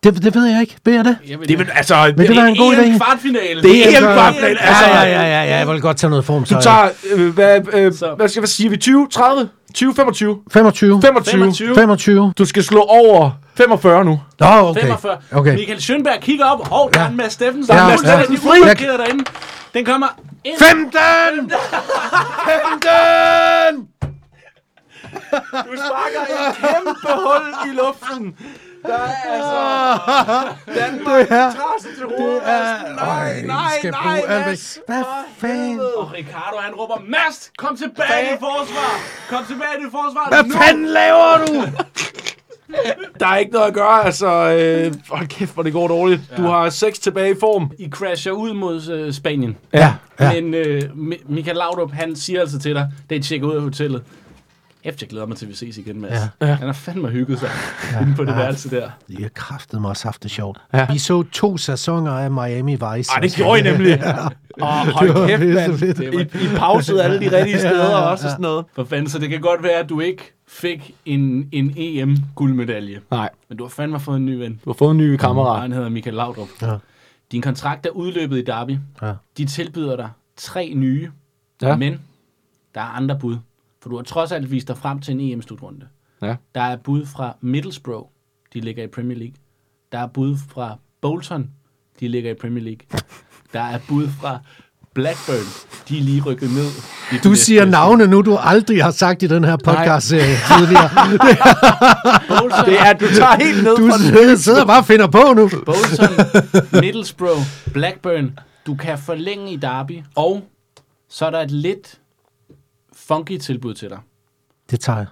Det, det ved jeg ikke. Ved jeg det?
Jeg vil,
Det vil, altså,
Men det var en god idé.
en kvartfinale.
det er helt bare plan. Altså,
Ja, ja, ja, ja, ja. Jeg vil godt tage noget form.
Du
så-
tager, øh, hvad, øh,
Så-
hvad, skal, hvad siger vi? 20, 30, 20, 25,
25.
25.
25.
25.
Du skal slå over 45 nu.
Nå, okay.
45.
Okay.
Michael Schønberg kigger op. Hov, der er
Ja.
en Mads Steffens.
Ja,
Der er
ja.
fuldstændig
Ja.
umarkeret derinde. Den kommer ind.
15! 15!
Du sparker et kæmpe hul i luften. Der er altså... Danmark tager sig til hovedet.
Nej, nej, skal nej, bruge alt væk. Hvad fanden?
Og Ricardo, han råber, Mads, kom tilbage i forsvar. Kom tilbage i forsvar.
Hvad
nu."
fanden laver du?
Der er ikke noget at gøre, altså... Øh, hold kæft, hvor det går dårligt. Du har 6 tilbage i form.
I crasher ud mod øh, Spanien.
Ja, ja.
Men øh, Mi- Michael Laudrup, han siger altså til dig, da I tjekker ud af hotellet, efter jeg glæder mig til, at vi ses igen, Mads. Ja. Han har fandme hygget sig ja. inde på det værelse der.
I har kraftet mig også haft det sjovt.
Ja.
Vi så to sæsoner af Miami Vice.
Ej, det gjorde
*laughs*
I *laughs* nemlig. Åh, hold kæft, mand. I, I pausede alle de rigtige steder ja, også og sådan noget.
For fanden, så det kan godt være, at du ikke fik en, en EM-guldmedalje.
Nej,
Men du har fandme fået en ny ven.
du har fået en ny
Og
kammerat.
han hedder Michael Laudrup.
Ja.
Din kontrakt er udløbet i Derby.
Ja.
De tilbyder dig tre nye,
Ja.
men der er andre bud. For du har trods alt vist dig frem til en EM-slutrunde.
Ja.
Der er bud fra Middlesbrough, de ligger i Premier League. Der er bud fra Bolton, de ligger i Premier League. Der er bud fra Blackburn, de er lige rykket ned. i den
Du siger
næstbedste.
navne nu, du aldrig har sagt i den her
*laughs*
podcast øh, tidligere.
Bolton,
Det er, du tager helt ned
Du
fra den.
sidder bare og finder på nu.
Bolton, Middlesbrough, Blackburn. Du kan forlænge i Derby, og så er der et lidt funky tilbud til dig.
Det tager jeg.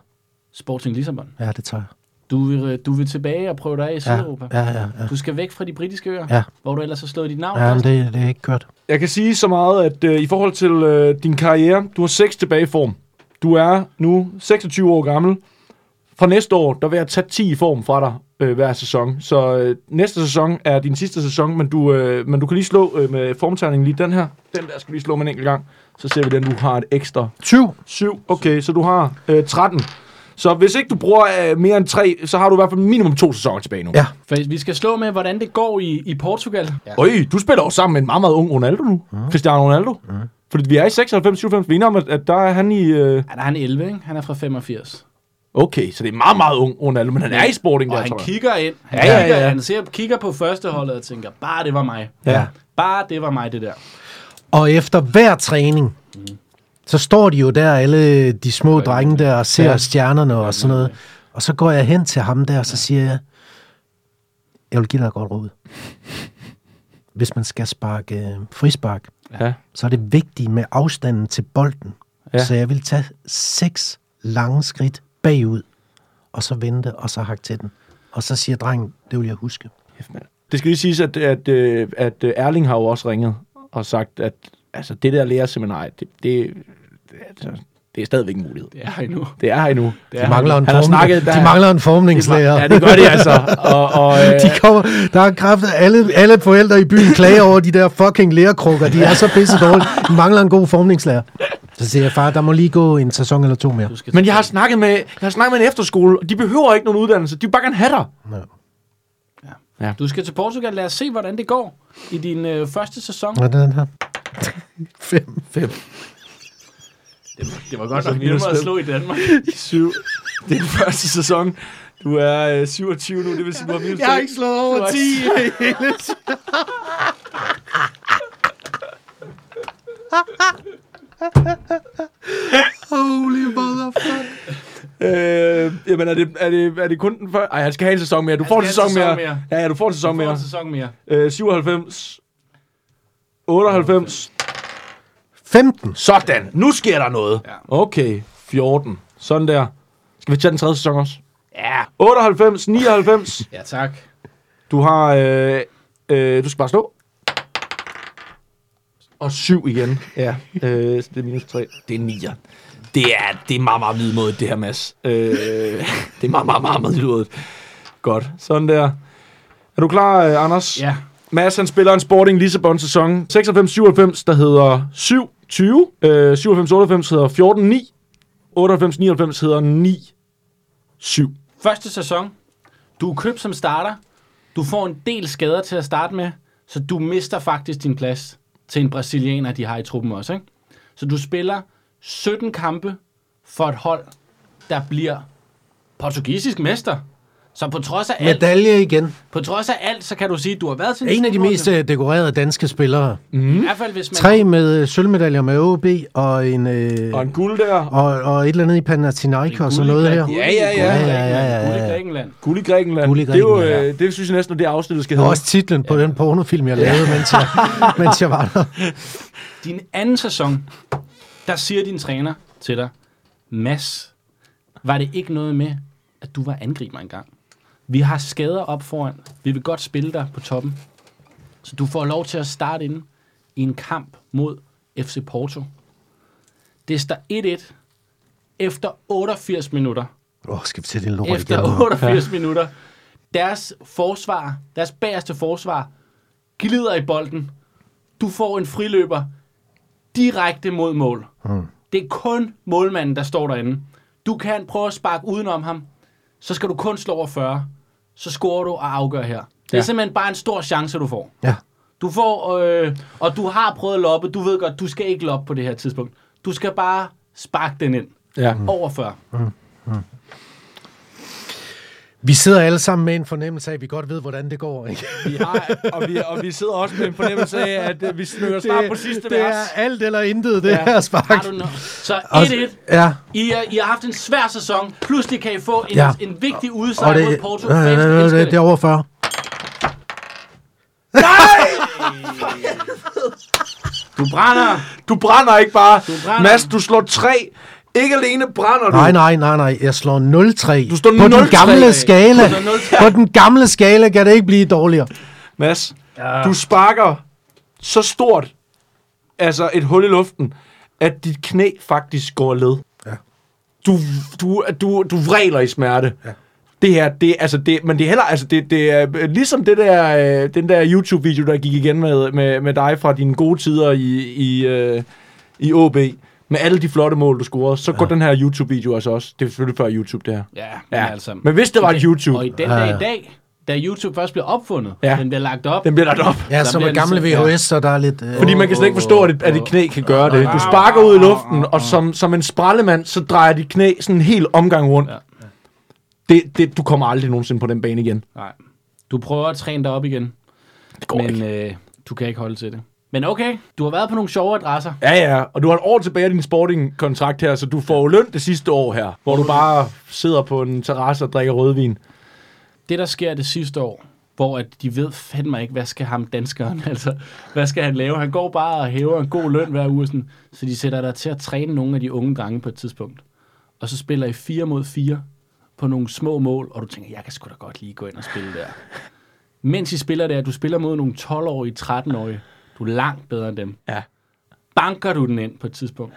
Sporting Lissabon.
Ja, det tager jeg.
Du vil, du vil tilbage og prøve dig af i
Ja,
Sydeuropa.
ja, ja. ja.
Du skal væk fra de britiske øer,
Ja.
hvor du ellers har slået dit navn
ja men
fast.
det, det er ikke godt.
Jeg kan sige så meget, at øh, i forhold til øh, din karriere, du har seks tilbage i form. Du er nu 26 år gammel. Fra næste år, der vil jeg tage 10 i form fra dig øh, hver sæson. Så øh, næste sæson er din sidste sæson, men du, øh, men du kan lige slå øh, med formterningen lige den her. Den der skal vi lige slå med en enkelt gang. Så ser vi den, du har et ekstra
20.
7. Okay, så du har øh, 13. Så hvis ikke du bruger øh, mere end 3, så har du i hvert fald minimum to sæsoner tilbage nu.
Ja.
For vi skal slå med, hvordan det går i, i Portugal. Ja.
Øj, du spiller også sammen med en meget, meget ung Ronaldo nu. Mm. Cristiano Ronaldo. Mm. Fordi vi er i 96, 97, vi er enige om, at, at der er han i... Øh...
Der er han 11, ikke? Han er fra 85.
Okay, så det er meget, meget ung Ronaldo, men han er i sporting
Og
der,
han
tror jeg.
kigger ind. Han,
Ja, ja,
kigger,
ja.
han ser, kigger på førsteholdet og tænker, bare det var mig.
Ja.
Bare det var mig, det der.
Og efter hver træning, så står de jo der, alle de små drenge der, og ser
Ja.
ja. stjernerne og sådan noget. Og så går jeg hen til ham der, og så siger jeg, jeg vil give dig et godt råd. Hvis man skal sparke øh, frispark,
Ja.
så er det vigtigt med afstanden til bolden.
Ja.
Ja. Så jeg vil tage seks lange skridt bagud, og så vente, og så hakke til den. Og så siger drengen, det vil jeg huske.
Det skal lige siges, at, at, øh, at øh, Erling har jo også ringet og sagt, at altså, det der lærerseminarie, det, det, det, altså, det er stadigvæk en mulighed.
Det er han nu.
Det er her endnu. Det
De mangler en,
Han har
formning-
snakket, der-
de mangler en formningslærer.
Ja, det gør det altså. Og, og, *laughs* øh,
*laughs* De kommer, der er kraft, alle, alle forældre i byen klager over de der fucking lærerkrukker. De er så pisse dårlige. De mangler en god formningslærer. Så siger jeg, far, der må lige gå en sæson eller to mere.
Du skal
men jeg har snakket med, jeg har snakket med en efterskole, og de behøver ikke nogen uddannelse. De vil bare gerne have dig.
Du skal til Portugal. Lad os se, hvordan det går i din øh, første sæson.
Hvad er den her? *laughs* Fem.
Det var godt
Altså,
nok
minus
nemmere at
fem.
slå i Danmark.
*laughs* Syv. Det er den første sæson. Du er øh, 27 nu, det vil sige, du har minus Jeg har ikke slået over 10.
Holy motherfucker.
*laughs* Øh, jamen, er det, er, det, er det kun den første? Ej, han skal have en sæson mere. Du får en
skal
sæson,
have en sæson
mere.
mere.
Ja, ja, du får en
Du
sæson
får
mere.
en sæson mere.
Øh, 97. 98.
15.
Sådan. Nu sker der noget.
Ja.
Okay. 14. Sådan der. Skal vi tage den tredje sæson også? Ja. 98, 99.
Ja, tak.
Du har... Øh, øh, du skal bare stå. Og 7 igen. Ja. Øh, så det er minus 3. Det er 9. Det er, det er meget, meget middelmådigt, det her, Mads. Øh, det er meget, meget, meget middelmådigt. Godt. Sådan der. Er du klar, øh, Anders?
Ja.
Mads, han spiller en Sporting Lissabon-sæson. 96-97, der hedder 7-20. Øh, 97-98 hedder 14-9. 98-99 hedder 9-7.
Første sæson. Du er købt som starter. Du får en del skader til at starte med, så du mister faktisk din plads til en brasilianer, de har i truppen også. Ikke? Så du spiller 17 kampe for et hold, der bliver portugisisk mester. Så på trods af alt,
Medalje igen.
på trods af alt, så kan du sige, at du har været til
En af de
slutrunde.
mest øh, dekorerede danske spillere.
I hvert fald, hvis man...
Tre med øh, sølvmedaljer med OB og en... Øh,
Og en guld der.
og, og et eller andet i Panathinaikos og noget her.
Ja, ja, ja.
Ja, ja, ja, ja, ja.
Guld i Grækenland.
Guld i Grækenland.
Guld i
Det, er jo,
Grækenland,
øh, det synes jeg næsten, at det afsnittet skal
Det var
hedde.
også titlen på den pornofilm, jeg lavede, mens jeg, mens jeg var der.
Din anden sæson, der siger din træner til dig, Mads, var det ikke noget med, at du var angriber engang? Vi har skader op foran. Vi vil godt spille dig på toppen. Så du får lov til at starte ind i en kamp mod FC Porto. Det står 1-1 efter 88 minutter.
Åh, oh, skal vi til det lort igen?
Efter 88 minutter. Deres forsvar, deres bagerste forsvar, glider i bolden. Du får en friløber direkte mod mål. Mm. Det er kun målmanden, der står derinde. Du kan prøve at sparke udenom ham. Så skal du kun slå over 40. Så scorer du og afgør her. Det er
Ja.
simpelthen bare en stor chance, du får.
Ja.
Du får, øh, og du har prøvet at loppe. Du ved godt, du skal ikke loppe på det her tidspunkt. Du skal
Mm.
bare sparke den ind.
Ja.
Over 40.
Vi sidder alle sammen med en fornemmelse af, at vi godt ved, hvordan det går. Ikke?
Vi har, og, vi, og vi sidder også med en fornemmelse af, at øh, vi snører snart på sidste
det
vers.
er alt eller intet, det ja. her
Har
spark.
du noget? Så
Og-
Altså-
1-1.
Ja,
I, er, I har haft en svær sæson. Pludselig kan I få en, ja.
Ja.
en vigtig
og
udsejr
det,
mod Porto.
øh,
Fans
det,
elsker
det, det er over 40.
Du brænder.
Du brænder ikke bare. Du
brænder.
Mads, du slår tre. Ikke alene brænder du.
Nej, nej, nej, nej. Jeg slår 0-3.
Du står
på
0-3.
den gamle skala.
Du slår 0-3.
på den gamle skala kan det ikke blive dårligere.
Mads, ja. du sparker så stort, altså et hul i luften, at dit knæ faktisk går led.
Ja.
Du, du, du, du vræler i smerte. Ja. Det her, det, altså det, men det er heller, altså det, det er øh, ligesom det der, øh, den der YouTube-video, der gik igen med, med, med dig fra dine gode tider i, i, øh, i OB, med alle de flotte mål, du scorede, så ja. går den her YouTube-video altså også. Det er selvfølgelig før YouTube, det her.
Ja, men ja. altså.
Men hvis det var et
*laughs* Og i
YouTube,
den dag i dag, da YouTube først bliver opfundet, ja.
Ja.
den bliver lagt op.
den bliver lagt op.
Ja,
Så
som
bliver
med
det
gamle
sådan, ja.
VHS, så der er lidt... Øh,
Fordi man kan slet ikke forstå, at et, at et knæ kan gøre det. Du sparker ud i luften, og som, som en sprallemand, så drejer dit knæ sådan en hel omgang rundt.
Ja.
Det, det, du kommer aldrig nogensinde på den bane igen.
Nej. Du prøver at træne dig op igen,
Det går
men øh, du kan ikke holde til det. Men okay, du har været på nogle sjove adresser.
Ja, ja. Og du har et år tilbage af din sporting-kontrakt her, så du får jo løn det sidste år her. Hvor du bare sidder på en terrasse og drikker rødvin.
Det, der sker det sidste år, hvor at de ved fandme ikke, hvad skal ham danskeren, *laughs* altså, hvad skal han lave? Han går bare og hæver en god løn hver uge, sådan, så de sætter dig til at træne nogle af de unge drenge på et tidspunkt. Og så spiller I 4 mod 4 på nogle små mål, og du tænker, jeg kan sgu da godt lige gå ind og spille der. Mens I spiller der, du spiller mod nogle 12-årige, 13-årige, du er langt bedre end dem.
Ja.
Banker du den ind på et tidspunkt.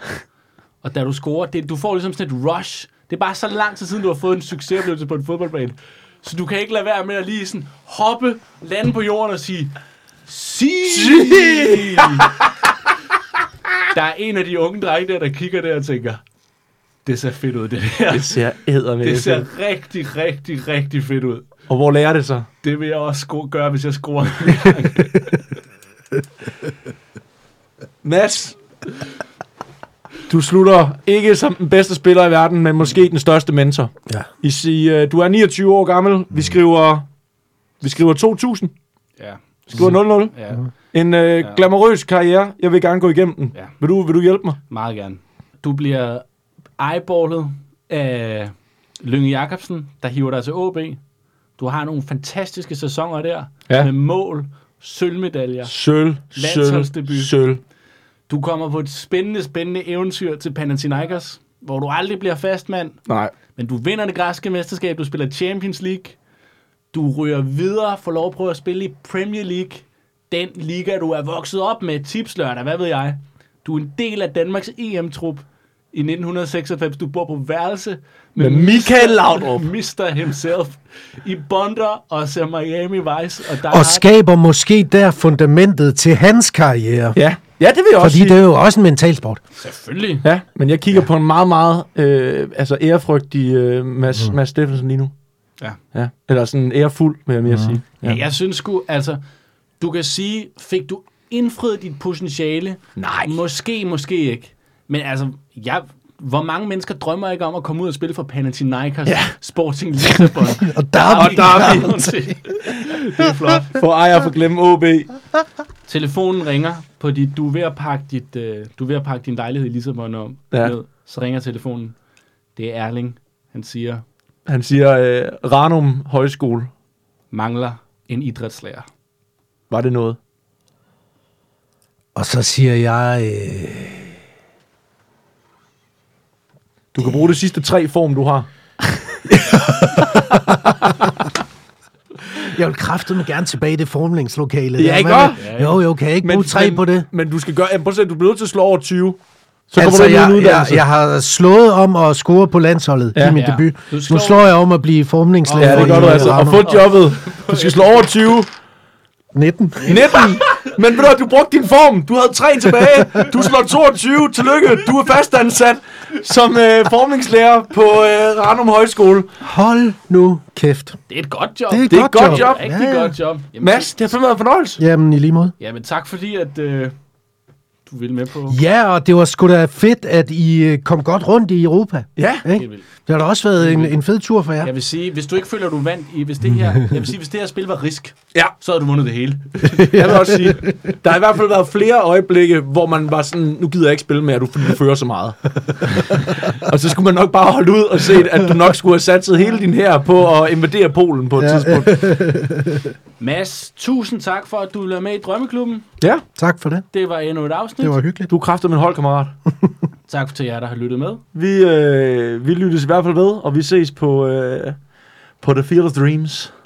Og da du scorer, det, du får ligesom sådan et rush. Det er bare så lang tid siden, du har fået en succesoplevelse på en fodboldbane. Så du kan ikke lade være med at lige sådan hoppe, lande på jorden og sige, Sige! der er en af de unge drenge der, der kigger der og tænker, det ser fedt ud, det her.
Det ser ædermed.
Det ser rigtig, rigtig, rigtig fedt ud.
Og hvor lærer det så?
Det vil jeg også sko- gøre, hvis jeg scorer.
Mads, du slutter ikke som den bedste spiller i verden, men måske den største mentor.
Ja.
I siger, øh, du er 29 år gammel. Vi skriver, vi skriver 2000.
ja,
Vi skriver 00.
ja,
En øh, glamourøs karriere. Jeg vil gerne gå igennem den.
Ja.
Vil, du, vil du hjælpe mig?
meget gerne. Du bliver eyeballet af Lynge Jacobsen, der hiver dig til AB. Du har nogle fantastiske sæsoner der, ja.
Ja.
med mål, sølvmedaljer.
Sølv,
Landsholdsdebut.
sølv, sølv.
Du kommer på et spændende, spændende eventyr til Panathinaikos, hvor du aldrig bliver fastmand,
Nej.
men du vinder det græske mesterskab, du spiller Champions League, du ryger videre, får lov at prøve at spille i Premier League, den liga, du er vokset op med, tipslørdag, hvad ved jeg. Du er en del af Danmarks EM-trup i 1996, du bor på værelse med,
Med Michael Laudrup.
Mr. himself, i Bonder og ser Miami Vice, og der
Og skaber måske der fundamentet til hans karriere.
Ja. ja, det vil jeg også
Fordi det
sige.
er jo også en mental sport.
selvfølgelig,
Ja, men jeg kigger ja. på en meget, meget øh, altså ærefrygtig øh, Mads, mm. Mads Steffensen lige nu.
Ja.
ja. Eller sådan ærefuld, vil jeg mere mm. sige.
Ja. Jeg synes sgu, altså, du kan sige, fik du indfriet dit potentiale?
Nej.
Måske, måske ikke. Men altså, jeg, hvor mange mennesker drømmer ikke om at komme ud og spille for Panathinaikos ja. Sporting Lissabon?
Og der er
og der er vi. Det er flot.
For ej at få glemme OB.
Telefonen ringer på dit, du er ved at pakke, dit, øh, du er ved at pakke din lejlighed i Lissabon om.
Ja.
Ned. Så ringer telefonen. Det er Erling. Han siger,
Han siger, øh, Ranum Højskole.
mangler en idrætslærer.
Var det noget?
Og så siger jeg... Øh,
Du kan bruge det sidste tre form, du har.
jeg vil kraftedeme gerne tilbage i det formlingslokale.
Ja,
der,
ikke
mand.
også?
Jo, jo, kan jeg ikke bruge tre
men,
på det?
Men du skal gøre... Jamen, prøv at se, du bliver nødt til at slå over 20. Så kommer
Altså,
altså, du ind i en
jeg, jeg,
uddannelse.
jeg har slået om at score på landsholdet ja. i min
Ja.
ja. debut.
Du
Nu
slår-
slår jeg om at blive formlingsleder.
Ja, det gør
i
du altså. Og
Randers.
få jobbet. Du skal slå over 20.
19.
19. Men ved du, at du brugte din form. Du havde tre tilbage. Du slår 22. Tillykke. Du er fastansat som øh, formningslærer på øh, Ranum Højskole.
Hold nu kæft.
Det er et godt job.
Det er et
Det er
godt,
et godt
job.
job.
Rigtig
Ja, ja.
godt job. Jamen,
Mads, det har fandme været en fornøjelse.
Jamen, i lige måde.
Jamen tak fordi, at øh, du ville med på.
Ja, og det var sgu da fedt, at I øh, kom godt rundt i Europa.
Ja.
Ikke?
vildt.
Det har da også været en, en fed tur for jer.
Jeg vil sige, hvis du ikke føler, du vandt i, hvis det
*laughs*
her, jeg vil sige, hvis det her spil var risk,
Ja.
så havde du vundet det hele.
Jeg vil også sige, der har i hvert fald været flere øjeblikke, hvor man var sådan, nu gider jeg ikke spille mere, du, fordi du fører så meget. og så skulle man nok bare holde ud og se, at du nok skulle have satset hele din her på at invadere Polen på et ja. tidspunkt.
Mads, tusind tak for, at du ville være med i Drømmeklubben.
Ja,
Tak for det.
Det var endnu et afsnit.
Det var hyggeligt.
du er kraftet min holdkammerat.
Tak til jer, der har lyttet med.
Vi, øh, vi lyttes i hvert fald ved, og vi ses på, øh, på The Field of Dreams.